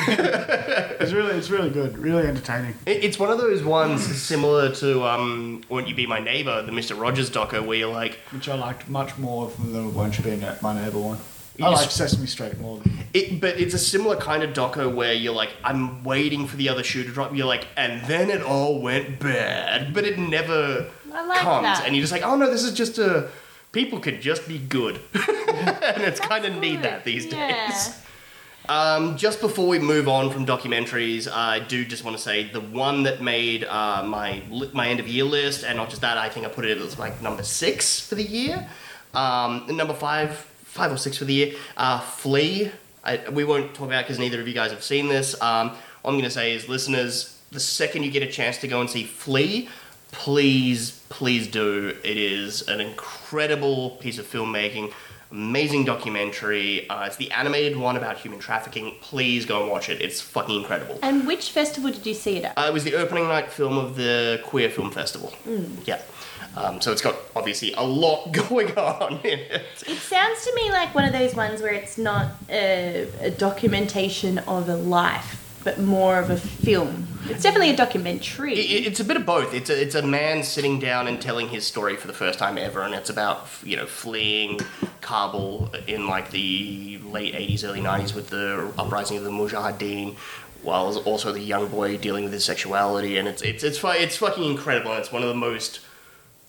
Speaker 4: it's really, it's really good. Really entertaining.
Speaker 2: It- It's one of those ones similar to um, "Won't You Be My Neighbor," the Mister Rogers doco, where you're like,
Speaker 4: Which I liked much more than the Won't You Be Ne- My Neighbor one. I
Speaker 2: Yes.
Speaker 4: like Sesame Street more than
Speaker 2: it, but it's a similar kind of doco where you're like, I'm waiting for the other shoe to drop. You're like, and then it all went bad, but it never
Speaker 3: I like
Speaker 2: comes,
Speaker 3: that.
Speaker 2: and you're just like, oh no, this is just a. People could just be good, and it's kind of need that these
Speaker 3: Yeah.
Speaker 2: days. Um, just before we move on from documentaries, I do just want to say the one that made uh, my li- my end of year list, and not just that, I think I put it as like number six for the year, um, and number five, five or six for the year. Uh, Flea. I, we won't talk about because neither of you guys have seen this. Um, all I'm going to say is, listeners, the second you get a chance to go and see Flea, please, please do. It is an incredible piece of filmmaking. Amazing documentary. Uh, it's the animated one about human trafficking. Please go and watch it. It's fucking incredible.
Speaker 3: And which festival did you see it at?
Speaker 2: Uh, it was the opening night film of the Queer Film Festival. Yeah. Um, so it's got obviously a lot going on in it.
Speaker 3: It sounds to me like one of those ones where it's not a, a documentation of a life, but more of a film. It's definitely a documentary.
Speaker 2: I- i- It's a bit of both. It's a, it's a man sitting down and telling his story for the first time ever, and it's about you know fleeing Kabul in like the late '80s, early '90s with the uprising of the Mujahideen, while also the young boy dealing with his sexuality, and it's it's it's fu- it's fucking incredible. And it's one of the most,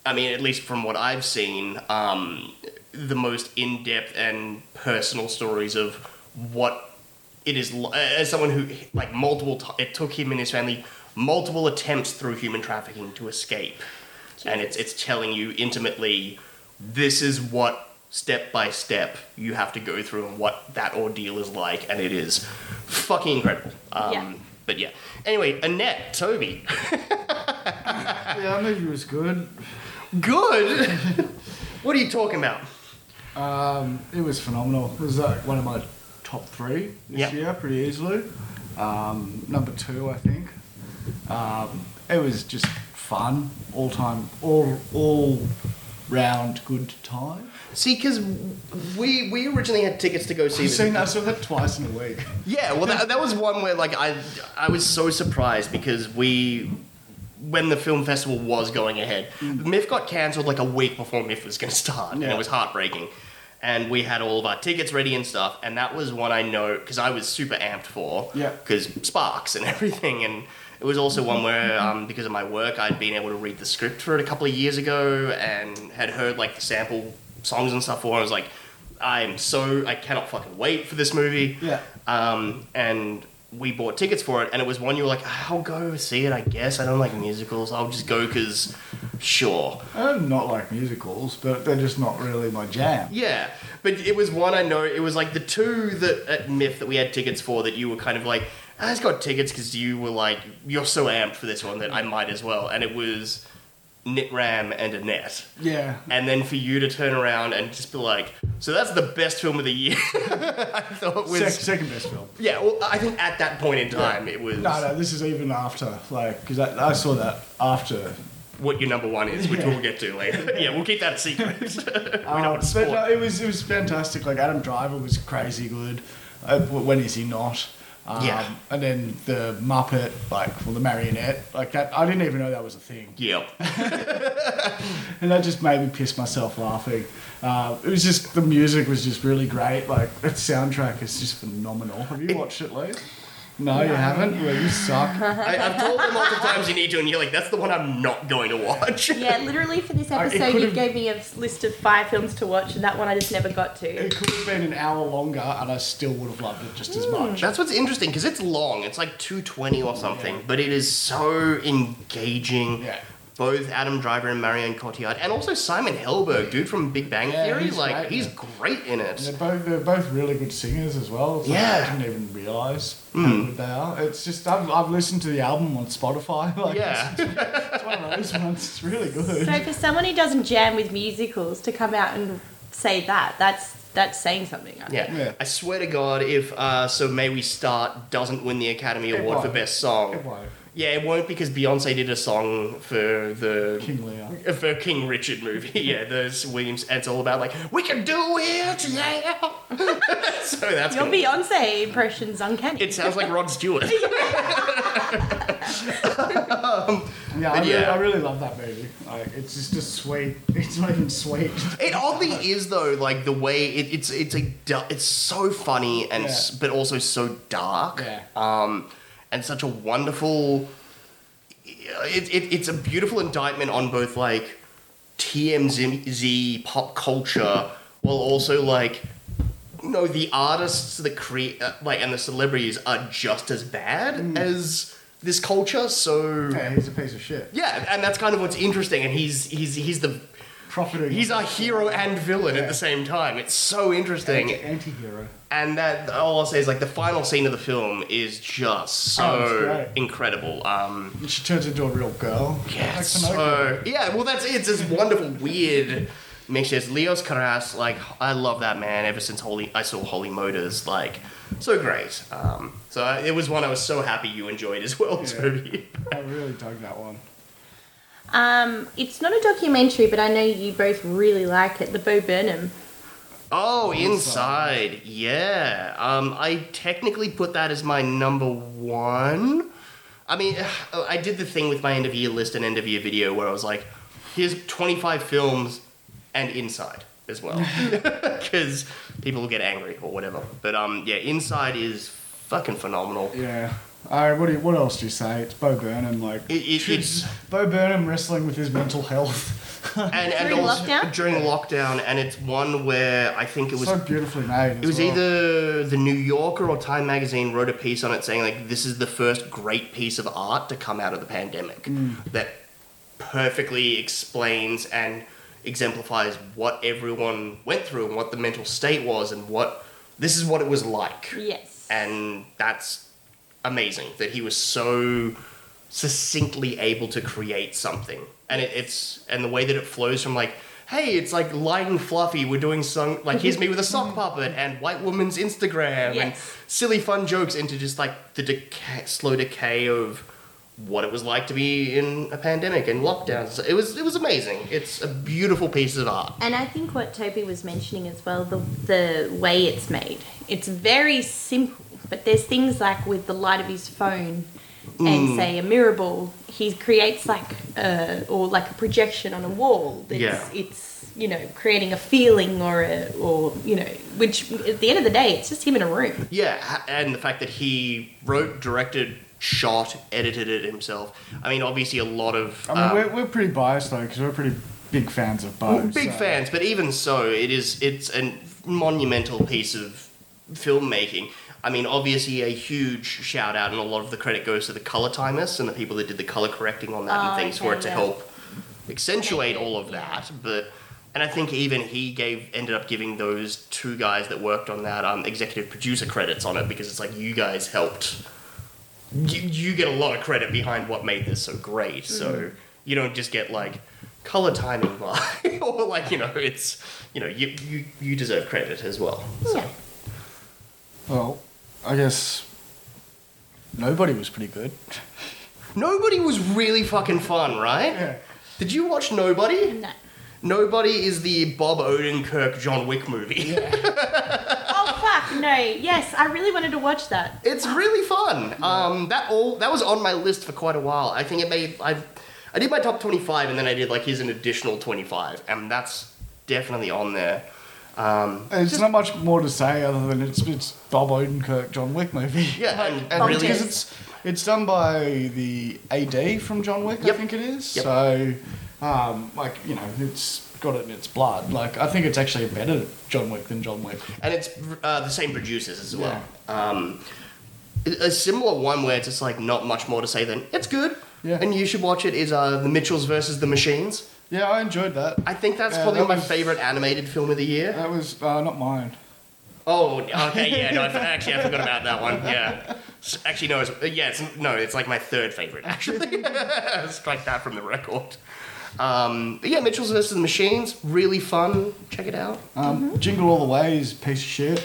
Speaker 2: I mean, at least from what I've seen, um, the most in-depth and personal stories of what it is li- as someone who like multiple t- it took him and his family multiple attempts through human trafficking to escape and it's it's telling you intimately this is what step by step you have to go through and what that ordeal is like and it is fucking incredible um,
Speaker 3: Yeah.
Speaker 2: but yeah anyway annette toby
Speaker 4: Yeah, that movie was good.
Speaker 2: good what are you talking about
Speaker 4: Um, it was phenomenal. It was like one of my top three this
Speaker 2: Yep.
Speaker 4: year, pretty easily. Um, number two, I think. Um, it was just fun, all time, all all round good time.
Speaker 2: see because we we originally had tickets to go see
Speaker 4: I've
Speaker 2: this-
Speaker 4: seen I saw that twice in a week.
Speaker 2: Yeah, well, that, that was one where like I I was so surprised because we when the film festival was going ahead, MIF got cancelled like a week before MIF was going to start, and
Speaker 4: Mm. Yeah.
Speaker 2: it was heartbreaking. And we had all of our tickets ready and stuff, and that was one I know because I was super amped for.
Speaker 4: Yeah.
Speaker 2: Because sparks and everything, and it was also one where um, because of my work, I'd been able to read the script for it a couple of years ago and had heard like the sample songs and stuff for. it. I was like, I'm so I cannot fucking wait for this movie
Speaker 4: Yeah.
Speaker 2: um, and we bought tickets for it, and it was one you were like, I'll go see it, I guess. I don't like musicals. I'll just go because, sure.
Speaker 4: I do not like musicals, but they're just not really my jam.
Speaker 2: Yeah, but it was one I know. It was like the two that at Myth that we had tickets for that you were kind of like, I just got tickets because you were like, you're so amped for this one that I might as well. And it was Knit Ram and Annette.
Speaker 4: Yeah.
Speaker 2: And then for you to turn around and just be like, so that's the best film of the year. I thought was.
Speaker 4: Sec- second best film.
Speaker 2: Yeah, well, I think at that point in time, it was.
Speaker 4: No, no, this is even after, like, because I, I saw that after.
Speaker 2: what your number one is, which
Speaker 4: Yeah.
Speaker 2: we'll get to later. yeah, we'll keep that a secret. we don't
Speaker 4: Um,
Speaker 2: want to
Speaker 4: but
Speaker 2: spoil.
Speaker 4: no, it was it was fantastic. Like Adam Driver was crazy good. Uh, w- when is he not? Um,
Speaker 2: Yeah.
Speaker 4: And then the Muppet, like, well, the marionette, like that. I didn't even know that was a thing,
Speaker 2: Yep.
Speaker 4: and that just made me piss myself laughing. Uh, it was just the music was just really great. Like that soundtrack is just phenomenal. Have you watched it, Lee? No, you haven't. Well, you suck.
Speaker 2: I, I've told them lots of times you need to, and you're like, that's the one I'm not going to watch.
Speaker 3: yeah, literally for this
Speaker 4: I- it
Speaker 3: episode, you
Speaker 4: could've-
Speaker 3: gave me a list of five films to watch, and that one I just never got to.
Speaker 4: It could have been an hour longer, and I still would have loved it just as much.
Speaker 2: That's what's interesting because it's long. It's like 220 or something, but it is so engaging.
Speaker 4: Yeah.
Speaker 2: Both Adam Driver and Marion Cotillard, and also Simon Helberg, dude from Big Bang
Speaker 4: Yeah,
Speaker 2: Theory.
Speaker 4: he's
Speaker 2: like,
Speaker 4: great,
Speaker 2: he's
Speaker 4: yeah.
Speaker 2: great in
Speaker 4: And they're
Speaker 2: it.
Speaker 4: both they're both really good singers as well. so
Speaker 2: Yeah. Hmm.
Speaker 4: I didn't even realise how good they are. It's just I've, I've listened to the album on Spotify. Like
Speaker 2: Yeah.
Speaker 4: it's, it's one of those ones. It's really good.
Speaker 3: So for someone who doesn't jam with musicals to come out and say that, that's that's saying something. I
Speaker 2: Yeah.
Speaker 4: Yeah.
Speaker 2: I swear to God, if uh, So May We Start doesn't win the Academy
Speaker 4: It
Speaker 2: Award for
Speaker 4: won't.
Speaker 2: Best Song,
Speaker 4: It won't.
Speaker 2: Yeah, it won't because Beyonce did a song for the
Speaker 4: King Lear.
Speaker 2: uh, for King Richard movie. Yeah, those Williams. And it's all about like we can do it. Yeah. so that's
Speaker 3: Your
Speaker 2: gonna-
Speaker 3: Beyonce impression's uncanny.
Speaker 2: It sounds like Rod Stewart.
Speaker 4: Yeah, I,
Speaker 2: But
Speaker 4: really,
Speaker 2: yeah.
Speaker 4: I really love that movie. Like it's just a sweet. It's not even sweet.
Speaker 2: it oddly is though. Like the way it, it's it's a du- it's so funny and s
Speaker 4: Yeah.
Speaker 2: but also so dark.
Speaker 4: Yeah.
Speaker 2: Um, and such a wonderful. It, it, it's a beautiful indictment on both like TMZ pop culture, while also like no, the artists, the cre- uh, like, and the celebrities are just as bad
Speaker 4: Mm.
Speaker 2: as this culture. So
Speaker 4: Yeah, he's a piece of shit.
Speaker 2: yeah, and that's kind of what's interesting. And he's he's he's the
Speaker 4: Profiting.
Speaker 2: he's our hero and villain at
Speaker 4: Yeah.
Speaker 2: the same time. It's so interesting.
Speaker 4: anti hero.
Speaker 2: And that all I'll say is like the final scene of the film is just
Speaker 4: Oh, it's
Speaker 2: so
Speaker 4: great.
Speaker 2: incredible. Um,
Speaker 4: And she turns into a real girl.
Speaker 2: yeah,
Speaker 4: Like
Speaker 2: it's
Speaker 4: Pinocchio.
Speaker 2: so yeah. Well, that's it. It's this wonderful, weird Makes sense. Leos Carras, like I love that man. Ever since Holy, I saw Holy Motors, like so great. Um, so I, it was one I was so happy you enjoyed as well,
Speaker 4: Yeah.
Speaker 2: Toby.
Speaker 4: I really dug that one.
Speaker 3: Um, it's not a documentary, but I know you both really like it. The Bo Burnham.
Speaker 2: Oh, inside, yeah. Um, I technically put that as my number one. I mean, I did the thing with my end of year list and end of year video where I was like, here's 25 films and Inside as well. Because people will get angry or whatever. But um, yeah, Inside is fucking phenomenal.
Speaker 4: Yeah. Uh, what, do you, what else do you say? It's Bo Burnham, like
Speaker 2: It- it- it's-
Speaker 4: Bo Burnham wrestling with his mental health.
Speaker 2: And,
Speaker 3: During
Speaker 2: also-
Speaker 3: lockdown?
Speaker 2: During lockdown, and it's one where I think it was
Speaker 4: so beautifully made. As
Speaker 2: It was
Speaker 4: well.
Speaker 2: either the New Yorker or Time Magazine wrote a piece on it saying like this is the first great piece of art to come out of the pandemic
Speaker 4: Hmm.
Speaker 2: that perfectly explains and exemplifies what everyone went through and what the mental state was and what this is what it was like.
Speaker 3: Yes.
Speaker 2: And that's amazing that he was so succinctly able to create something. And it, it's and the way that it flows from like, hey, it's like light and fluffy. We're doing some like here's me with a sock puppet and white woman's Instagram and
Speaker 3: Yes.
Speaker 2: silly fun jokes into just like the decay, slow decay of what it was like to be in a pandemic and lockdowns. It was it was amazing. It's a beautiful piece of art.
Speaker 3: And I think what Toby was mentioning as well, the the way it's made. It's very simple, but there's things like with the light of his phone and
Speaker 2: Mm.
Speaker 3: say a mirror ball, he creates like a, or like a projection on a wall. That's,
Speaker 2: Yeah.
Speaker 3: It's you know creating a feeling or a or you know which at the end of the day it's just him in a room.
Speaker 2: Yeah, ha- and the fact that he wrote, directed, shot, edited it himself. I mean, obviously, a lot of
Speaker 4: I mean,
Speaker 2: um,
Speaker 4: we're, we're pretty biased though because we're pretty big fans of Bo.
Speaker 2: big
Speaker 4: so-
Speaker 2: fans, but even so, it is it's a monumental piece of filmmaking. I mean, obviously, a huge shout out, and a lot of the credit goes to the color timers and the people that did the color correcting on that
Speaker 3: Oh,
Speaker 2: and things for
Speaker 3: okay,
Speaker 2: it to
Speaker 3: yeah.
Speaker 2: help accentuate all of
Speaker 3: Yeah.
Speaker 2: that. But and I think even he gave ended up giving those two guys that worked on that um, executive producer credits on it because it's like you guys helped you, you get a lot of credit behind what made this so great. So you don't just get like color timing by or like you know it's you know you you, you deserve credit as well. So.
Speaker 3: Yeah.
Speaker 4: Well, I guess nobody was pretty good.
Speaker 2: Nobody was really fucking fun, right?
Speaker 4: Yeah.
Speaker 2: Did you watch Nobody?
Speaker 3: No.
Speaker 2: Nobody is the Bob Odenkirk John Wick movie.
Speaker 3: Oh fuck no! Yes, I really wanted to watch that.
Speaker 2: It's really fun. Um, that all that was on my list for quite a while. I think it made I, I did my top twenty five, and then I did like here's an additional twenty five, and that's definitely on there. Um,
Speaker 4: It's not much more to say other than it's it's Bob Odenkirk John Wick movie.
Speaker 2: yeah, and, and
Speaker 3: Bob
Speaker 2: really,
Speaker 4: because it's it's done by the AD from John Wick,
Speaker 2: Yep.
Speaker 4: I think it is.
Speaker 2: Yep.
Speaker 4: So, um, like you know, it's got it in its blood. Like I think it's actually a better John Wick than John Wick.
Speaker 2: and it's uh, the same producers as well. Um, a a similar one where it's just like not much more to say than it's good,
Speaker 4: Yeah.
Speaker 2: and you should watch it. Is uh, the Mitchells versus the Machines?
Speaker 4: Yeah, I enjoyed that.
Speaker 2: I think that's
Speaker 4: Yeah,
Speaker 2: probably
Speaker 4: that
Speaker 2: my
Speaker 4: was-
Speaker 2: favorite animated film of the year.
Speaker 4: That was uh, not mine.
Speaker 2: Oh, okay, yeah. No, I, for- actually, I forgot about that one. Yeah, S- actually, no. It's, uh, yeah, it's, no, it's like my third favorite. Actually, strike that from the record. Um, but yeah, Mitchell's versus the Machines, really fun. Check it out.
Speaker 4: Um, Jingle All the Way is a piece of shit.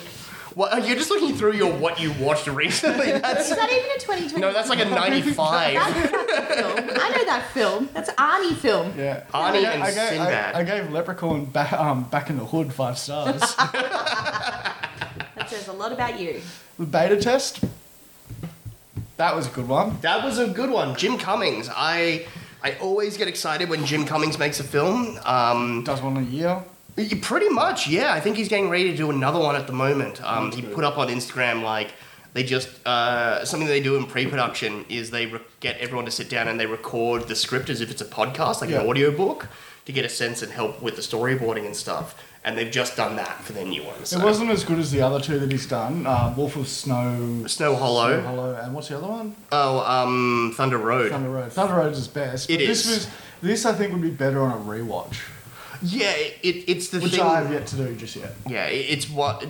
Speaker 2: What, are you just looking through your what you watched recently? That's,
Speaker 3: Is that even a 2020?
Speaker 2: no, that's like a ninety-five.
Speaker 3: That's a fucking film. I know that film. That's an Arnie film.
Speaker 4: Yeah.
Speaker 2: Arnie
Speaker 4: I,
Speaker 2: and
Speaker 4: I, gave,
Speaker 2: Sinbad.
Speaker 4: I, I gave Leprechaun back, um, back in the Hood five stars.
Speaker 3: That says a lot about you.
Speaker 4: the beta test. That was a good one.
Speaker 2: That was a good one, Jim Cummings. I I always get excited when Jim Cummings makes a film. Um,
Speaker 4: Does one a year.
Speaker 2: Y- Pretty much, yeah. I think he's getting ready to do another one at the moment. Um,
Speaker 4: That's
Speaker 2: he
Speaker 4: good.
Speaker 2: put up on Instagram like they just uh, something they do in pre-production is they re- get everyone to sit down and they record the script as if it's a podcast, like
Speaker 4: Yeah.
Speaker 2: an audiobook, to get a sense and help with the storyboarding and stuff. And they've just done that for their new one. So.
Speaker 4: It wasn't as good as the other two that he's done. Um, Wolf of Snow.
Speaker 2: Snow Hollow.
Speaker 4: Snow Hollow. And what's the other one?
Speaker 2: Oh, um, Thunder Road.
Speaker 4: Thunder Road. Thunder Road is best.
Speaker 2: It
Speaker 4: but This
Speaker 2: is.
Speaker 4: was this I think would be better on a rewatch,
Speaker 2: Yeah, it, it, it's the
Speaker 4: which
Speaker 2: thing.
Speaker 4: I have yet to do just yet.
Speaker 2: Yeah, it- it's what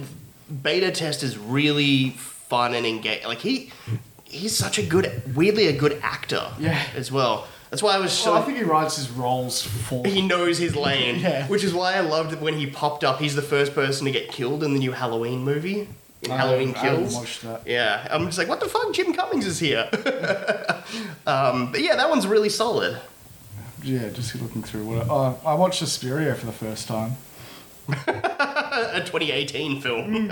Speaker 2: beta test is really fun and engage. Like he, he's such a good, weirdly a good actor.
Speaker 4: Yeah.
Speaker 2: As well, That's why I was so.
Speaker 4: Well, I think he writes his roles for.
Speaker 2: he knows his lane,
Speaker 4: Yeah.
Speaker 2: which is why I loved when he popped up. He's the first person to get killed in the new Halloween movie. In
Speaker 4: I
Speaker 2: Halloween
Speaker 4: haven't- I haven't
Speaker 2: Kills.
Speaker 4: watched that.
Speaker 2: Yeah, I'm just like, what the fuck? Jim Cummings is here. um, but yeah, that one's really solid.
Speaker 4: Yeah, just looking through what. Oh, I watched Asperia for the first time.
Speaker 2: A 2018 film.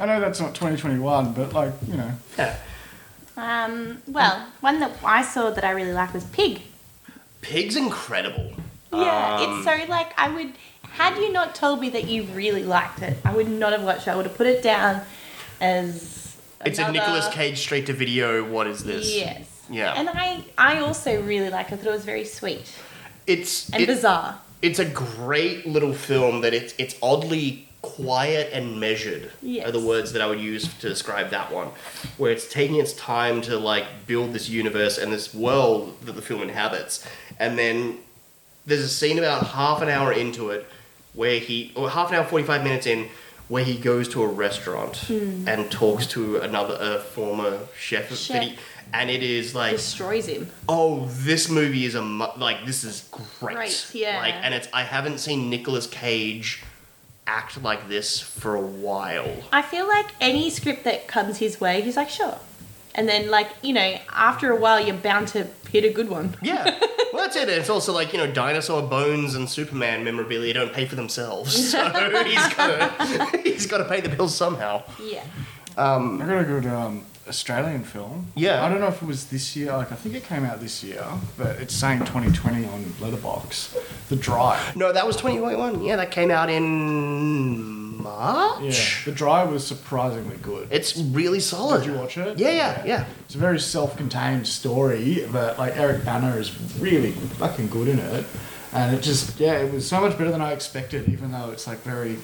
Speaker 4: I know that's not 2021, but like you know,
Speaker 3: Um, well, one that I saw that I really liked was Pig.
Speaker 2: Pig's incredible.
Speaker 3: Yeah,
Speaker 2: Um,
Speaker 3: it's so like I would. Had you not told me that you really liked it, I would not have watched it. I would have put it down as.
Speaker 2: It's a
Speaker 3: another-
Speaker 2: Nicolas Cage straight to video. What is this?
Speaker 3: Yes.
Speaker 2: Yeah.
Speaker 3: And I, I also really liked it. I thought it was very sweet
Speaker 2: It's
Speaker 3: and
Speaker 2: it-
Speaker 3: bizarre.
Speaker 2: it's a great little film that it's it's oddly quiet and measured
Speaker 3: Yes.
Speaker 2: are the words that I would use to describe that one. Where it's taking its time to like build this universe and this world that the film inhabits. And then there's a scene about half an hour into it where he or half an hour 45 minutes in where he goes to a restaurant
Speaker 3: Hmm.
Speaker 2: and talks to another a former chef, That he,
Speaker 3: Chef.
Speaker 2: and it is like
Speaker 3: Destroys him.
Speaker 2: oh, this movie is a mu- like this is great.
Speaker 3: Great, yeah.
Speaker 2: Like, and it's I haven't seen Nicolas Cage act like this for a while.
Speaker 3: I feel like any script that comes his way, he's like, sure. And then, like, you know, after a while, you're bound to hit a good one.
Speaker 2: Yeah, well, that's it. And it's also like you know, dinosaur bones and Superman memorabilia don't pay for themselves, so he's gotta he's gotta pay the bills somehow.
Speaker 3: Yeah.
Speaker 4: I got a good um, Australian film.
Speaker 2: Yeah.
Speaker 4: I don't know if it was this year. Like I think it came out this year, but it's saying 2020 on Letterbox. The Drive.
Speaker 2: No, that was 2021. Yeah, that came out in
Speaker 4: Yeah.
Speaker 2: March.
Speaker 4: The Drive was surprisingly good.
Speaker 2: It's really solid.
Speaker 4: Did you watch it?
Speaker 2: Yeah, yeah, yeah.
Speaker 4: It's a very self-contained story, but like Eric Banner is really fucking good in it, and it just yeah, it was so much better than I expected. Even though it's like very,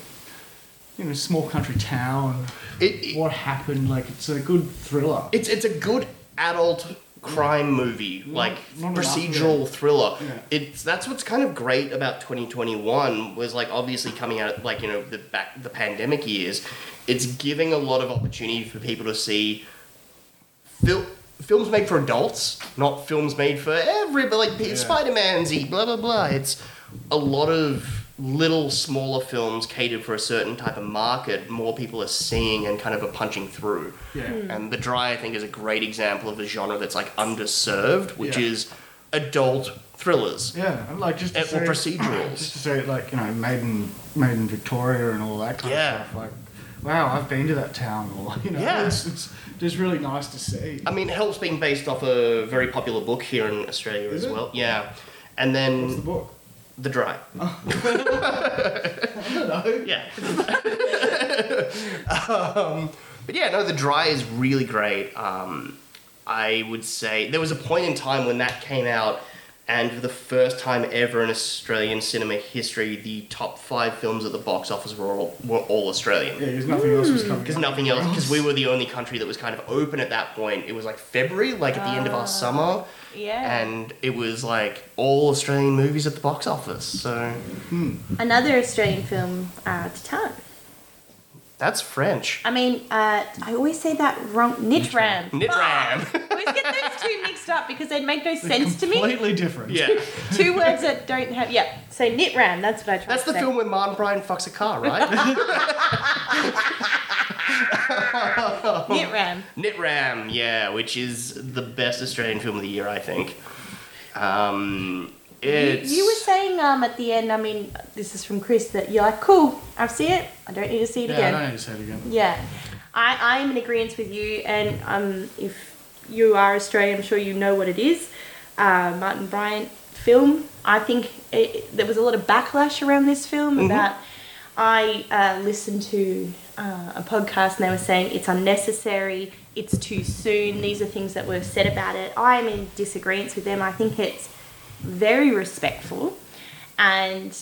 Speaker 4: you know, small country town.
Speaker 2: It- it-
Speaker 4: what happened? Like it's a good thriller.
Speaker 2: It's it's a good adult crime movie, like
Speaker 4: not enough,
Speaker 2: procedural
Speaker 4: yeah.
Speaker 2: thriller.
Speaker 4: Yeah.
Speaker 2: It's that's what's kind of great about 2021 was like obviously coming out like you know the back the pandemic years. It's giving a lot of opportunity for people to see fil- films made for adults, not films made for everybody. Like
Speaker 4: Yeah.
Speaker 2: Spider Man's, blah blah blah. It's a lot of little smaller films catered for a certain type of market. More people are seeing and kind of are punching through.
Speaker 4: Yeah. Mm.
Speaker 2: And The Dry, I think, is a great example of a genre that's like underserved, which
Speaker 4: Yeah.
Speaker 2: is adult thrillers.
Speaker 4: Yeah, and like just to
Speaker 2: And- or
Speaker 4: say,
Speaker 2: procedurals.
Speaker 4: Just to say, like you know, Maiden, Maiden Victoria, and all that kind
Speaker 2: Yeah.
Speaker 4: of stuff. Like, wow, I've been to that town, or you know,
Speaker 2: Yeah. Um,
Speaker 4: it's, it's just really nice to see.
Speaker 2: I mean, Help's being based off a very popular book here in Australia
Speaker 4: Is
Speaker 2: as
Speaker 4: it?
Speaker 2: well. Yeah. And then
Speaker 4: What's the book?
Speaker 2: The Dry. yeah. um, but yeah, no, The Dry is really great. Um, I would say there was a point in time when that came out, and for the first time ever in Australian cinema history, the top five films at the box office were all, were all Australian.
Speaker 4: Yeah, because nothing else was coming.
Speaker 2: Because
Speaker 4: out.
Speaker 2: nothing else, because we were the only country that was kind of open at that point. It was like February, like at the end of our summer.
Speaker 3: Yeah.
Speaker 2: And it was like all Australian movies at the box office. So
Speaker 3: Another Australian film, uh, Titan.
Speaker 2: that's French.
Speaker 3: I mean, uh, I always say that wrong. Nitram.
Speaker 2: Nitram.
Speaker 3: I always get those two mixed up because they make no sense to me.
Speaker 4: Completely different.
Speaker 2: yeah.
Speaker 3: Two words that don't have. Yeah. So Nitram. That's what I.
Speaker 2: That's the film where Martin Bryan fucks a car, right?
Speaker 3: Nitram.
Speaker 2: Nitram, yeah, which is the best Australian film of the year, I think. Um,
Speaker 3: You,
Speaker 2: it's.
Speaker 3: you were saying um, at the end. I mean, this is from Chris. That you're like, cool. I've seen it. I don't need to see it
Speaker 4: Yeah, I
Speaker 3: again.
Speaker 4: don't need to say it again.
Speaker 3: Yeah, I, I am in agreement with you, and um, if you are Australian, I'm sure you know what it is. Uh, Martin Bryant film. I think it, there was a lot of backlash around this film about. I uh, listened to uh, a podcast and they were saying it's unnecessary, it's too soon. These are things that were said about it. I am in disagreement with them. I think it's very respectful, and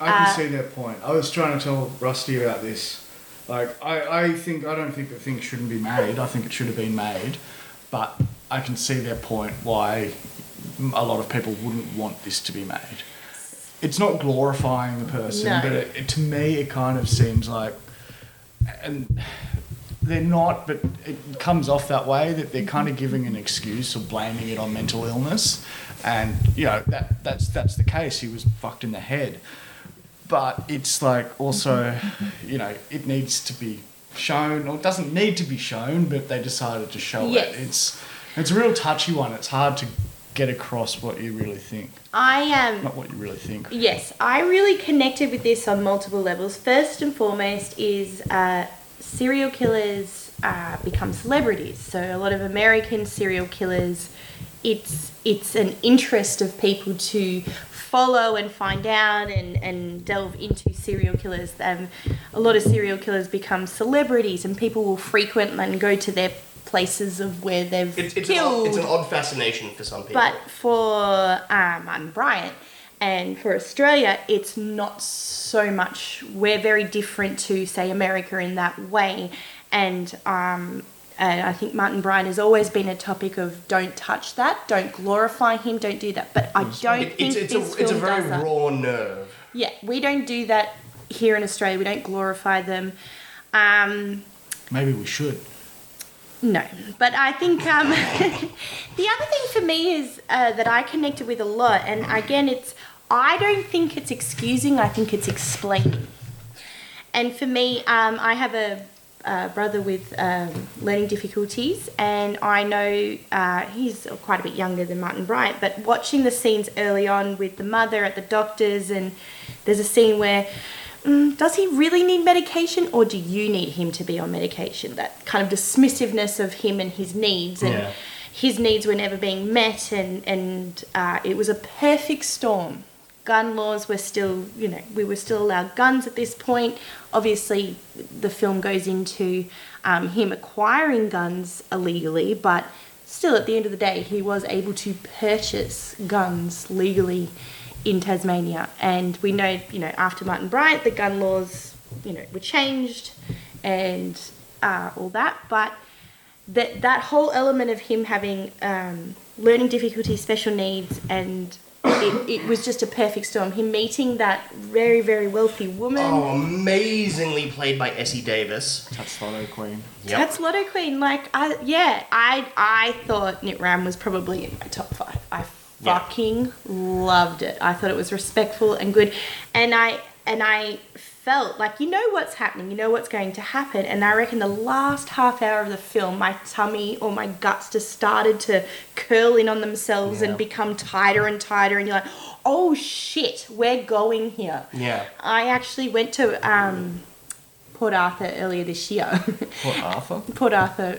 Speaker 4: I can
Speaker 3: Uh,
Speaker 4: see their point. I was trying to tell Rusty about this. Like, I, I think I don't think the thing shouldn't be made. I think it should have been made, but I can see their point why a lot of people wouldn't want this to be made. It's not glorifying the person,
Speaker 3: No.
Speaker 4: but it, it, to me, it kind of seems like, and they're not, but it comes off that way that they're kind of giving an excuse or blaming it on mental illness, and you know that that's that's the case. He was fucked in the head, but it's like also, you know, it needs to be shown or it doesn't need to be shown, but they decided to show
Speaker 3: Yes.
Speaker 4: it. It's it's a real touchy one. It's hard to get across what you really think,
Speaker 3: I am.
Speaker 4: not what you really think.
Speaker 3: Yes, I really connected with this on multiple levels. First and foremost is uh, serial killers uh, become celebrities. So a lot of American serial killers, it's it's an interest of people to follow and find out and, and delve into serial killers. Um, a lot of serial killers become celebrities, and people will frequent and go to their places of where they've
Speaker 2: It's, it's, an,
Speaker 3: killed
Speaker 2: odd, it's an odd fascination for some people.
Speaker 3: but for um, Martin Bryant and for Australia, it's not so much. We're very different to, say, America in that way. And, um, and I think Martin Bryant has always been a topic of don't touch that, don't glorify him, don't do that. But I don't
Speaker 2: It- it's,
Speaker 3: think
Speaker 2: it's,
Speaker 3: this
Speaker 2: a, it's a
Speaker 3: film
Speaker 2: very
Speaker 3: does that.
Speaker 2: raw nerve.
Speaker 3: Yeah, we don't do that here in Australia. We don't glorify them. Um,
Speaker 4: Maybe we should.
Speaker 3: No, but I think um, the other thing for me is uh, that I connected with a lot, and again, it's I don't think it's excusing. I think it's explaining. And for me, um, I have a, uh brother with um, learning difficulties, and I know uh, he's quite a bit younger than Martin Bryant, but watching the scenes early on with the mother at the doctor's, and there's a scene where. "Mm, Does he really need medication, or do you need him to be on medication? That kind of dismissiveness of him and his needs, and
Speaker 2: Yeah.
Speaker 3: his needs were never being met, and and uh, it was a perfect storm. Gun laws were still, you know, we were still allowed guns at this point. Obviously, the film goes into um, him acquiring guns illegally, but still, at the end of the day, he was able to purchase guns legally in Tasmania. And we know, you know, after Martin Bryant, the gun laws, you know, were changed, and uh, all that, but that that whole element of him having um, learning difficulties, special needs, and it, it was just a perfect storm. Him meeting that very very wealthy woman.
Speaker 2: Oh, amazingly played by Essie Davis.
Speaker 4: That's photo queen.
Speaker 2: Yep.
Speaker 3: That's Lotto Queen. Like, I yeah, I I thought Knit Ram was probably in my top five. I
Speaker 2: Yeah.
Speaker 3: fucking loved it. I thought it was respectful and good, and I and I felt like you know what's happening, you know what's going to happen, and I reckon the last half hour of the film, my tummy or my guts just started to curl in on themselves
Speaker 2: Yeah.
Speaker 3: and become tighter and tighter, and you're like, oh shit, we're going here.
Speaker 2: yeah.
Speaker 3: I actually went to um, Port Arthur earlier this year.
Speaker 4: Port Arthur?
Speaker 3: Port Arthur.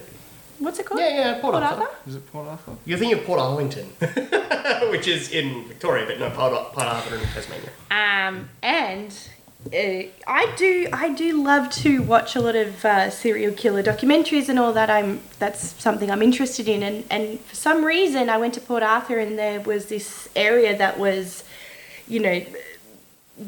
Speaker 3: What's it called?
Speaker 2: Yeah, yeah, Port Arthur.
Speaker 4: Is it Port Arthur?
Speaker 2: You're thinking of Port Arlington, which is in Victoria, but no, Port, Ar- Port Arthur in Tasmania.
Speaker 3: Um, and uh, I do, I do love to watch a lot of uh, serial killer documentaries and all that. I'm that's something I'm interested in. And and for some reason, I went to Port Arthur and there was this area that was, you know.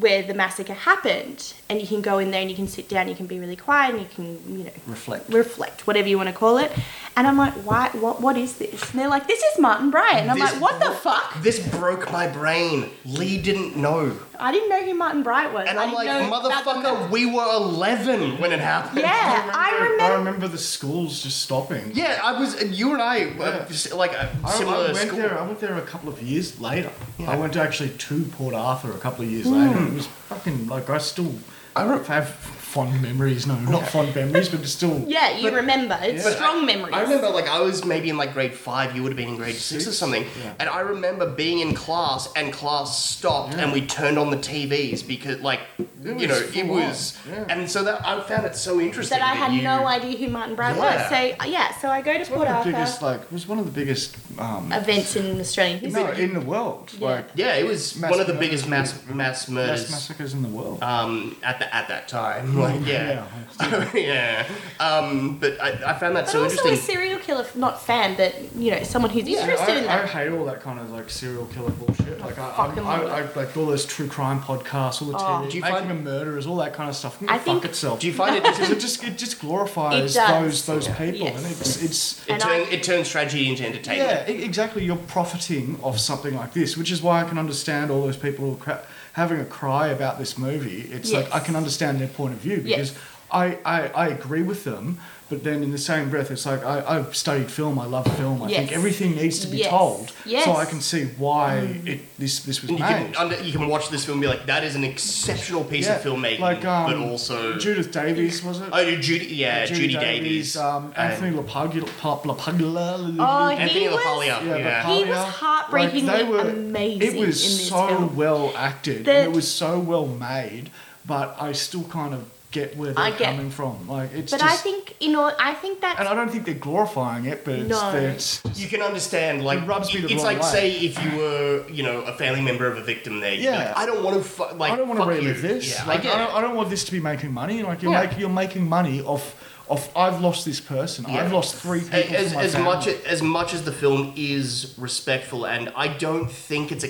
Speaker 3: Where the massacre happened, and you can go in there and you can sit down, you can be really quiet, and you can, you know,
Speaker 4: Reflect.
Speaker 3: reflect, whatever you want to call it. And I'm like, why? What? What is this? And they're like, this is Martin Bryant. And I'm
Speaker 2: This-
Speaker 3: like, what the fuck?
Speaker 2: This broke my brain. Lee didn't know.
Speaker 3: I didn't know who Martin Bryant was.
Speaker 2: And
Speaker 3: I
Speaker 2: I'm
Speaker 3: didn't
Speaker 2: like,
Speaker 3: know about the
Speaker 2: motherfucker, we were 11 when it happened.
Speaker 3: Yeah, I
Speaker 4: I
Speaker 3: remember.
Speaker 4: remember the schools just stopping.
Speaker 2: Yeah, I was, and you and I, were just like, a
Speaker 4: I, I
Speaker 2: similar
Speaker 4: went
Speaker 2: school.
Speaker 4: there. I went there a couple of years later.
Speaker 2: Yeah. Hmm.
Speaker 4: I went to actually to Port Arthur a couple of years later. It was fucking like I still. I don't have fond memories. No, not fond memories, but still.
Speaker 3: Yeah, you remember. It's
Speaker 2: But
Speaker 3: strong
Speaker 2: I-
Speaker 3: memories.
Speaker 2: I remember, like, I was maybe in like grade five. You would have been in grade six, or
Speaker 4: Six?
Speaker 2: something.
Speaker 4: Yeah.
Speaker 2: And I remember being in class, and class stopped, and we turned on the TVs because, like, you know,
Speaker 4: was
Speaker 2: it
Speaker 4: full
Speaker 2: was.
Speaker 4: on, yeah.
Speaker 2: And so that I found it so interesting
Speaker 3: that I had
Speaker 2: you-
Speaker 3: no idea who Martin Bryant
Speaker 2: Yeah.
Speaker 3: was. So uh, yeah, so I go to
Speaker 4: One
Speaker 3: Port
Speaker 4: of
Speaker 3: Arthur
Speaker 4: the biggest, like, it was one of the biggest. Um,
Speaker 3: events in Australian history.
Speaker 4: no, in the world,
Speaker 3: Yeah.
Speaker 4: like
Speaker 2: Yeah, it was
Speaker 4: Mass
Speaker 2: one of the
Speaker 4: murder.
Speaker 2: biggest mass mass murders.
Speaker 4: mass massacres in the world.
Speaker 2: um, at the, at that time, like yeah, yeah. Um, but I, I found that
Speaker 3: but
Speaker 2: so
Speaker 3: also a
Speaker 2: interesting.
Speaker 3: serial killer, not fan, but you know, someone who's
Speaker 4: Yeah,
Speaker 3: interested
Speaker 4: I,
Speaker 3: in
Speaker 4: I
Speaker 3: that.
Speaker 4: hate all that kind of like serial killer bullshit. Like I,
Speaker 3: fucking
Speaker 4: I, I,
Speaker 3: love
Speaker 4: I like all those true crime podcasts, all the
Speaker 3: Oh.
Speaker 4: TV,
Speaker 2: Do you
Speaker 4: making
Speaker 2: find-
Speaker 4: a murderers, all that kind of stuff. Can
Speaker 3: I
Speaker 4: I fuck
Speaker 3: think-
Speaker 4: itself.
Speaker 2: Do you find it?
Speaker 4: because it just it just glorifies
Speaker 3: It does.
Speaker 4: those those people,
Speaker 3: Yes.
Speaker 4: and it's it's
Speaker 2: It,
Speaker 3: And
Speaker 2: turn,
Speaker 3: I-
Speaker 2: it turns tragedy into entertainment.
Speaker 4: yeah e- exactly. You're profiting off something like this, which is why I can understand all those people who are cra- having a cry about this movie. It's
Speaker 3: Yes.
Speaker 4: like I can understand their point of view
Speaker 3: Yes.
Speaker 4: because I, I, I agree with them, but then in the same breath, it's like I, I've studied film. I love film. I think
Speaker 3: Yes.
Speaker 4: everything needs to be
Speaker 3: Yes.
Speaker 4: told,
Speaker 3: Yes. Mm.
Speaker 4: so I can see why it this this was
Speaker 2: And you
Speaker 4: made.
Speaker 2: can, under, you can watch this film and be like, that is an exceptional piece of filmmaking,
Speaker 4: like, um,
Speaker 2: but also
Speaker 4: Judith Davies was it?
Speaker 2: oh, Judy,
Speaker 3: Uh,
Speaker 2: yeah, Judy, Davies,
Speaker 4: um,
Speaker 2: and-
Speaker 4: Anthony LaPaglia, Pa- LaPaglia.
Speaker 3: Oh,
Speaker 2: Anthony
Speaker 3: He was-
Speaker 2: LaPaglia,
Speaker 4: Yeah,
Speaker 2: yeah.
Speaker 4: LaPaglia.
Speaker 3: He was heartbreakingly
Speaker 4: they
Speaker 3: amazing
Speaker 4: It was
Speaker 3: in this
Speaker 4: so
Speaker 3: film.
Speaker 4: well acted.
Speaker 3: The-
Speaker 4: and it was so well made, but I still kind of get where they're
Speaker 3: I get-
Speaker 4: coming from. Like it's
Speaker 3: But
Speaker 4: just,
Speaker 3: I think you know, I think that's
Speaker 4: and I don't think they're glorifying it, but it's,
Speaker 3: No.
Speaker 4: it's
Speaker 2: you can understand like
Speaker 4: It rubs me the
Speaker 2: it's
Speaker 4: wrong
Speaker 2: like
Speaker 4: way.
Speaker 2: say if you were you know a family member of a victim there you'd be
Speaker 4: Yeah.
Speaker 2: like, I don't want to fu- like
Speaker 4: I don't want to
Speaker 2: fuck
Speaker 4: relive
Speaker 2: you.
Speaker 4: this.
Speaker 2: yeah
Speaker 4: like,
Speaker 2: I get
Speaker 4: don't,
Speaker 2: it.
Speaker 4: I don't want this to be making money. Like you're,
Speaker 2: Yeah.
Speaker 4: making, you're making money off off. I've lost this person.
Speaker 2: Yeah.
Speaker 4: I've lost three people. from
Speaker 2: as,
Speaker 4: my
Speaker 2: as
Speaker 4: family.
Speaker 2: much as much as the film is respectful and I don't think it's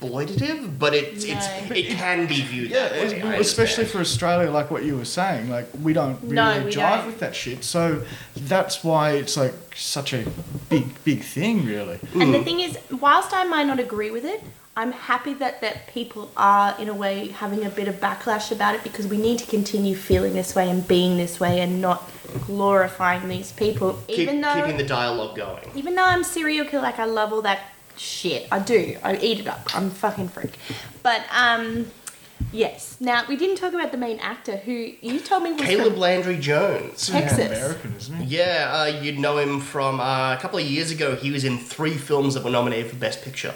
Speaker 2: exploitative but it's it's
Speaker 3: No.
Speaker 2: it can be viewed
Speaker 4: Yeah,
Speaker 2: that way,
Speaker 4: es-
Speaker 2: I
Speaker 4: especially
Speaker 2: understand.
Speaker 4: for Australia, like what you were saying, like we don't really
Speaker 3: No, we
Speaker 4: jive
Speaker 3: don't.
Speaker 4: with that shit. So that's why it's like such a big, big thing, really.
Speaker 3: And
Speaker 2: Mm.
Speaker 3: the thing is, whilst I might not agree with it, I'm happy that, that people are, in a way, having a bit of backlash about it because we need to continue feeling this way and being this way and not glorifying these people.
Speaker 2: Keep-
Speaker 3: even though,
Speaker 2: keeping the dialogue going
Speaker 3: even though I'm serial killer, like I love all that shit. I do. I eat it up. I'm a fucking freak. But um, yes. Now we didn't talk about the main actor who you told me was
Speaker 2: Caleb
Speaker 3: from-
Speaker 2: Landry Jones
Speaker 3: Texas.
Speaker 4: American, isn't it?
Speaker 2: yeah uh, you'd know him from uh, a couple of years ago he was in three films that were nominated for best picture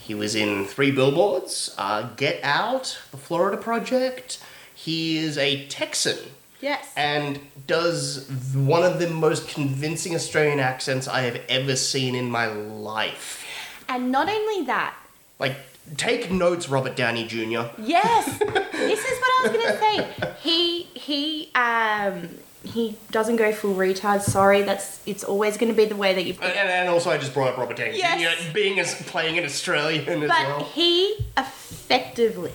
Speaker 2: he was in three billboards uh, Get Out The Florida Project he is a Texan
Speaker 3: Yes.
Speaker 2: and does one of the most convincing Australian accents I have ever seen in my life.
Speaker 3: And not only that,
Speaker 2: Like, take notes, Robert Downey Jr.
Speaker 3: Yes, this is what I was gonna say. He he um he doesn't go full retard. Sorry, that's it's always gonna be the way that you.
Speaker 2: And, and also, I just brought up Robert Downey
Speaker 3: Yes.
Speaker 2: Jr. being as playing an Australian as
Speaker 3: But
Speaker 2: well.
Speaker 3: he effectively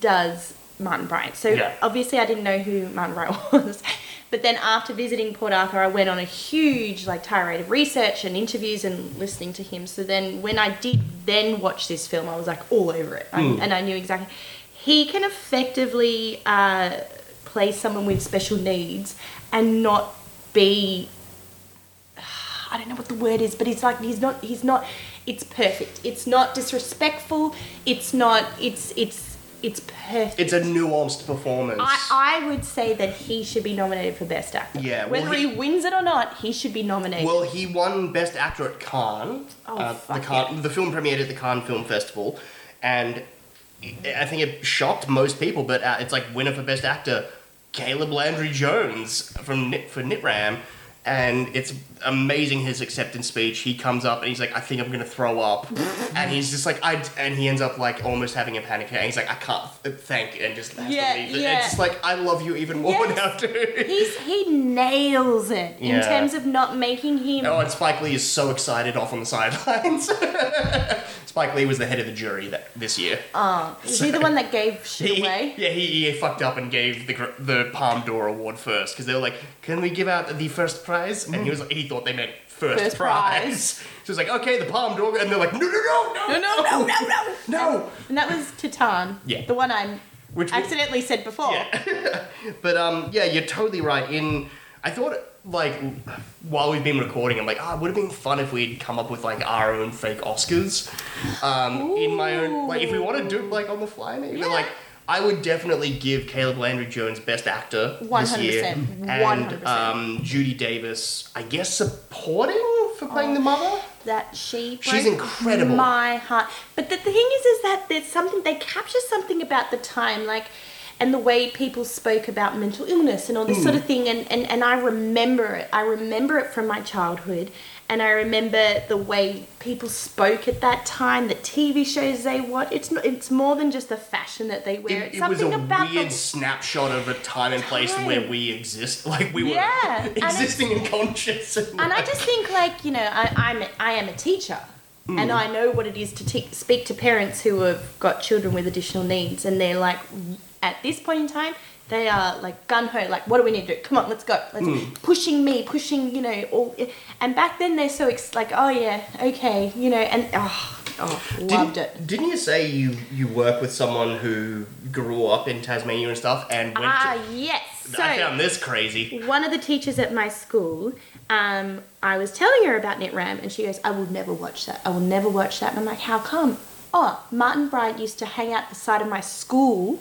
Speaker 3: does Martin Bryant. So
Speaker 2: Yeah.
Speaker 3: obviously, I didn't know who Martin Bryant was. But then after visiting Port Arthur, I went on a huge like tirade of research and interviews and listening to him. So then when I did then watch this film, I was like all over it, I,
Speaker 2: Hmm.
Speaker 3: and I knew exactly. He can effectively uh, play someone with special needs and not be I don't know what the word is, but it's like he's not he's not it's perfect. It's not disrespectful. It's not it's it's it's perfect.
Speaker 2: It's a nuanced performance.
Speaker 3: I, I would say that he should be nominated for best actor.
Speaker 2: Yeah, well,
Speaker 3: Whether he,
Speaker 2: he-
Speaker 3: wins it or not, he should be nominated.
Speaker 2: Well, he won Best Actor at Cannes. Uh,
Speaker 3: Oh,
Speaker 2: the
Speaker 3: fuck
Speaker 2: Cannes,
Speaker 3: yeah.
Speaker 2: the film premiered at the Cannes Film Festival, and I think it shocked most people. But uh, it's like winner for Best Actor, Caleb Landry Jones from Nit, for Nitram, and it's amazing his acceptance speech. He comes up and he's like, "I think I'm gonna throw up," and he's just like, "I," and he ends up like almost having a panic attack. He's like, "I can't th- thank," and just has
Speaker 3: Yeah,
Speaker 2: to leave.
Speaker 3: yeah.
Speaker 2: It's just like I love you even more
Speaker 3: Yes.
Speaker 2: now, dude.
Speaker 3: He's he nails it in
Speaker 2: Yeah.
Speaker 3: terms of not making him
Speaker 2: Oh, and Spike Lee is so excited off on the sidelines. Spike Lee was the head of the jury that this year.
Speaker 3: Is he the one that gave shit
Speaker 2: He-
Speaker 3: away?
Speaker 2: yeah, he, he fucked up and gave the gr- the Palm d'Or award first because they were like, "Can we give out the first prize?" And he was like, he thought they meant first,
Speaker 3: Mm-hmm. First
Speaker 2: prize.
Speaker 3: prize.
Speaker 2: So he's like, "Okay, the Palm d'Or," and they're like, "No, no, no, no,
Speaker 3: No, no, no, no, no.
Speaker 2: no!"
Speaker 3: And that was Titan.
Speaker 2: Yeah.
Speaker 3: The one I
Speaker 2: Which we-
Speaker 3: accidentally said before.
Speaker 2: But um, yeah, you're totally right. In I thought like while we've been recording, I'm like, ah, it would have been fun if we'd come up with like our own fake Oscars. Um, in my own like if we want to do it, like on the fly, maybe but,
Speaker 3: Yeah.
Speaker 2: like. I would definitely give Caleb Landry Jones Best Actor this year,
Speaker 3: 100%.
Speaker 2: and
Speaker 3: 100%.
Speaker 2: um, Judy Davis, I guess, supporting for playing
Speaker 3: Oh,
Speaker 2: the mother.
Speaker 3: that she
Speaker 2: She's
Speaker 3: broke
Speaker 2: incredible.
Speaker 3: my heart but the thing is is that there's something they capture something about the time like and the way people spoke about mental illness and all
Speaker 2: Mm.
Speaker 3: this sort of thing and, and and i remember it i remember it from my childhood and i remember the way people spoke at that time the tv shows they watch it's not, it's more than just the fashion that they wear
Speaker 2: It,
Speaker 3: it's
Speaker 2: it was
Speaker 3: something
Speaker 2: a
Speaker 3: about
Speaker 2: weird
Speaker 3: the
Speaker 2: snapshot of a time and place
Speaker 3: Time.
Speaker 2: where we exist, like we
Speaker 3: Yeah,
Speaker 2: were
Speaker 3: and it's-
Speaker 2: existing in conscious. And,
Speaker 3: and I
Speaker 2: like-
Speaker 3: just think like you know I, I'm I am a teacher
Speaker 2: Mm.
Speaker 3: and I know what it is to te- speak to parents who have got children with additional needs and they're like at this point in time they are like gun ho like what do we need to do come on let's go let's
Speaker 2: Mm.
Speaker 3: pushing me pushing you know all eh. and back then they're so ex- like oh yeah okay you know and oh, oh loved it
Speaker 2: didn't, Didn't you say you you work with someone who grew up in Tasmania and stuff and went
Speaker 3: ah
Speaker 2: to,
Speaker 3: yes
Speaker 2: I
Speaker 3: So-
Speaker 2: found this crazy.
Speaker 3: One of the teachers at my school, um, I was telling her about NetRam, and she goes, I will never watch that. I will never watch that. And I'm like, how come? Oh, Martin Bryant used to hang out the side of my school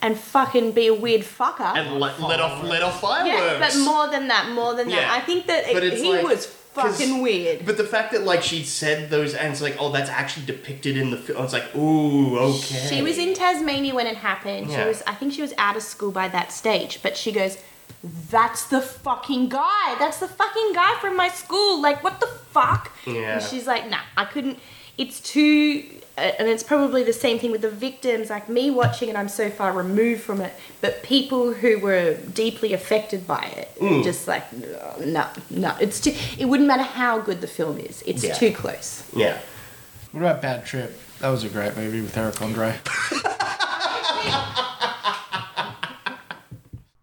Speaker 3: and fucking be a weird fucker.
Speaker 2: And let, let off let off
Speaker 3: yeah,
Speaker 2: fireworks.
Speaker 3: but more than that, more than that.
Speaker 2: Yeah.
Speaker 3: I think that
Speaker 2: But
Speaker 3: it,
Speaker 2: it's
Speaker 3: he
Speaker 2: like-
Speaker 3: was
Speaker 2: 'cause-
Speaker 3: fucking weird.
Speaker 2: But the fact that like she said those and it's like, oh, that's actually depicted in the film. It's like, ooh, okay.
Speaker 3: She was in Tasmania when it happened.
Speaker 2: Yeah.
Speaker 3: She was I think she was out of school by that stage, but she goes, That's the fucking guy. That's the fucking guy from my school. Like what the fuck?
Speaker 2: Yeah.
Speaker 3: And she's like, nah, I couldn't it's too uh, and it's probably the same thing with the victims, like me watching it, I'm so far removed from it. But people who were deeply affected by it,
Speaker 2: Mm.
Speaker 3: just like, no, no, no. It's too, it wouldn't matter how good the film is, it's
Speaker 2: Yeah.
Speaker 3: too close.
Speaker 2: Yeah.
Speaker 4: What about Bad Trip? That was a great movie with Eric Andre.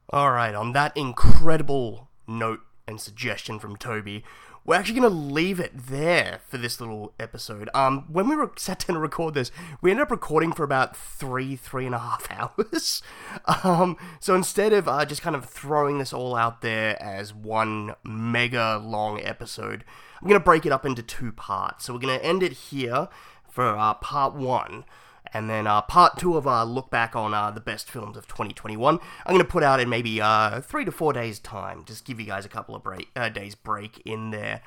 Speaker 2: All right, on that incredible note and suggestion from Toby, we're actually going to leave it there for this little episode. Um, when we re- sat down to record this, we ended up recording for about three, three and a half hours. Um, so instead of uh, just kind of throwing this all out there as one mega long episode, I'm going to break it up into two parts. So we're going to end it here for uh, part one. And then uh, part two of our look back on uh, the best films of 2021, I'm going to put out in maybe uh, three to four days' time. Just give you guys a couple of break, uh, days' break in there.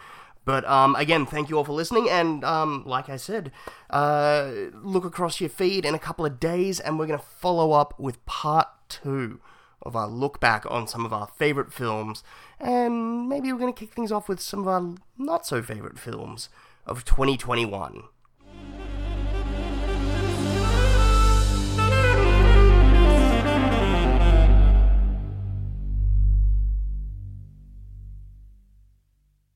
Speaker 2: But um, again, thank you all for listening. And um, like I said, uh, look across your feed in a couple of days, and we're going to follow up with part two of our look back on some of our favorite films. And maybe we're going to kick things off with some of our not so favorite films of 2021.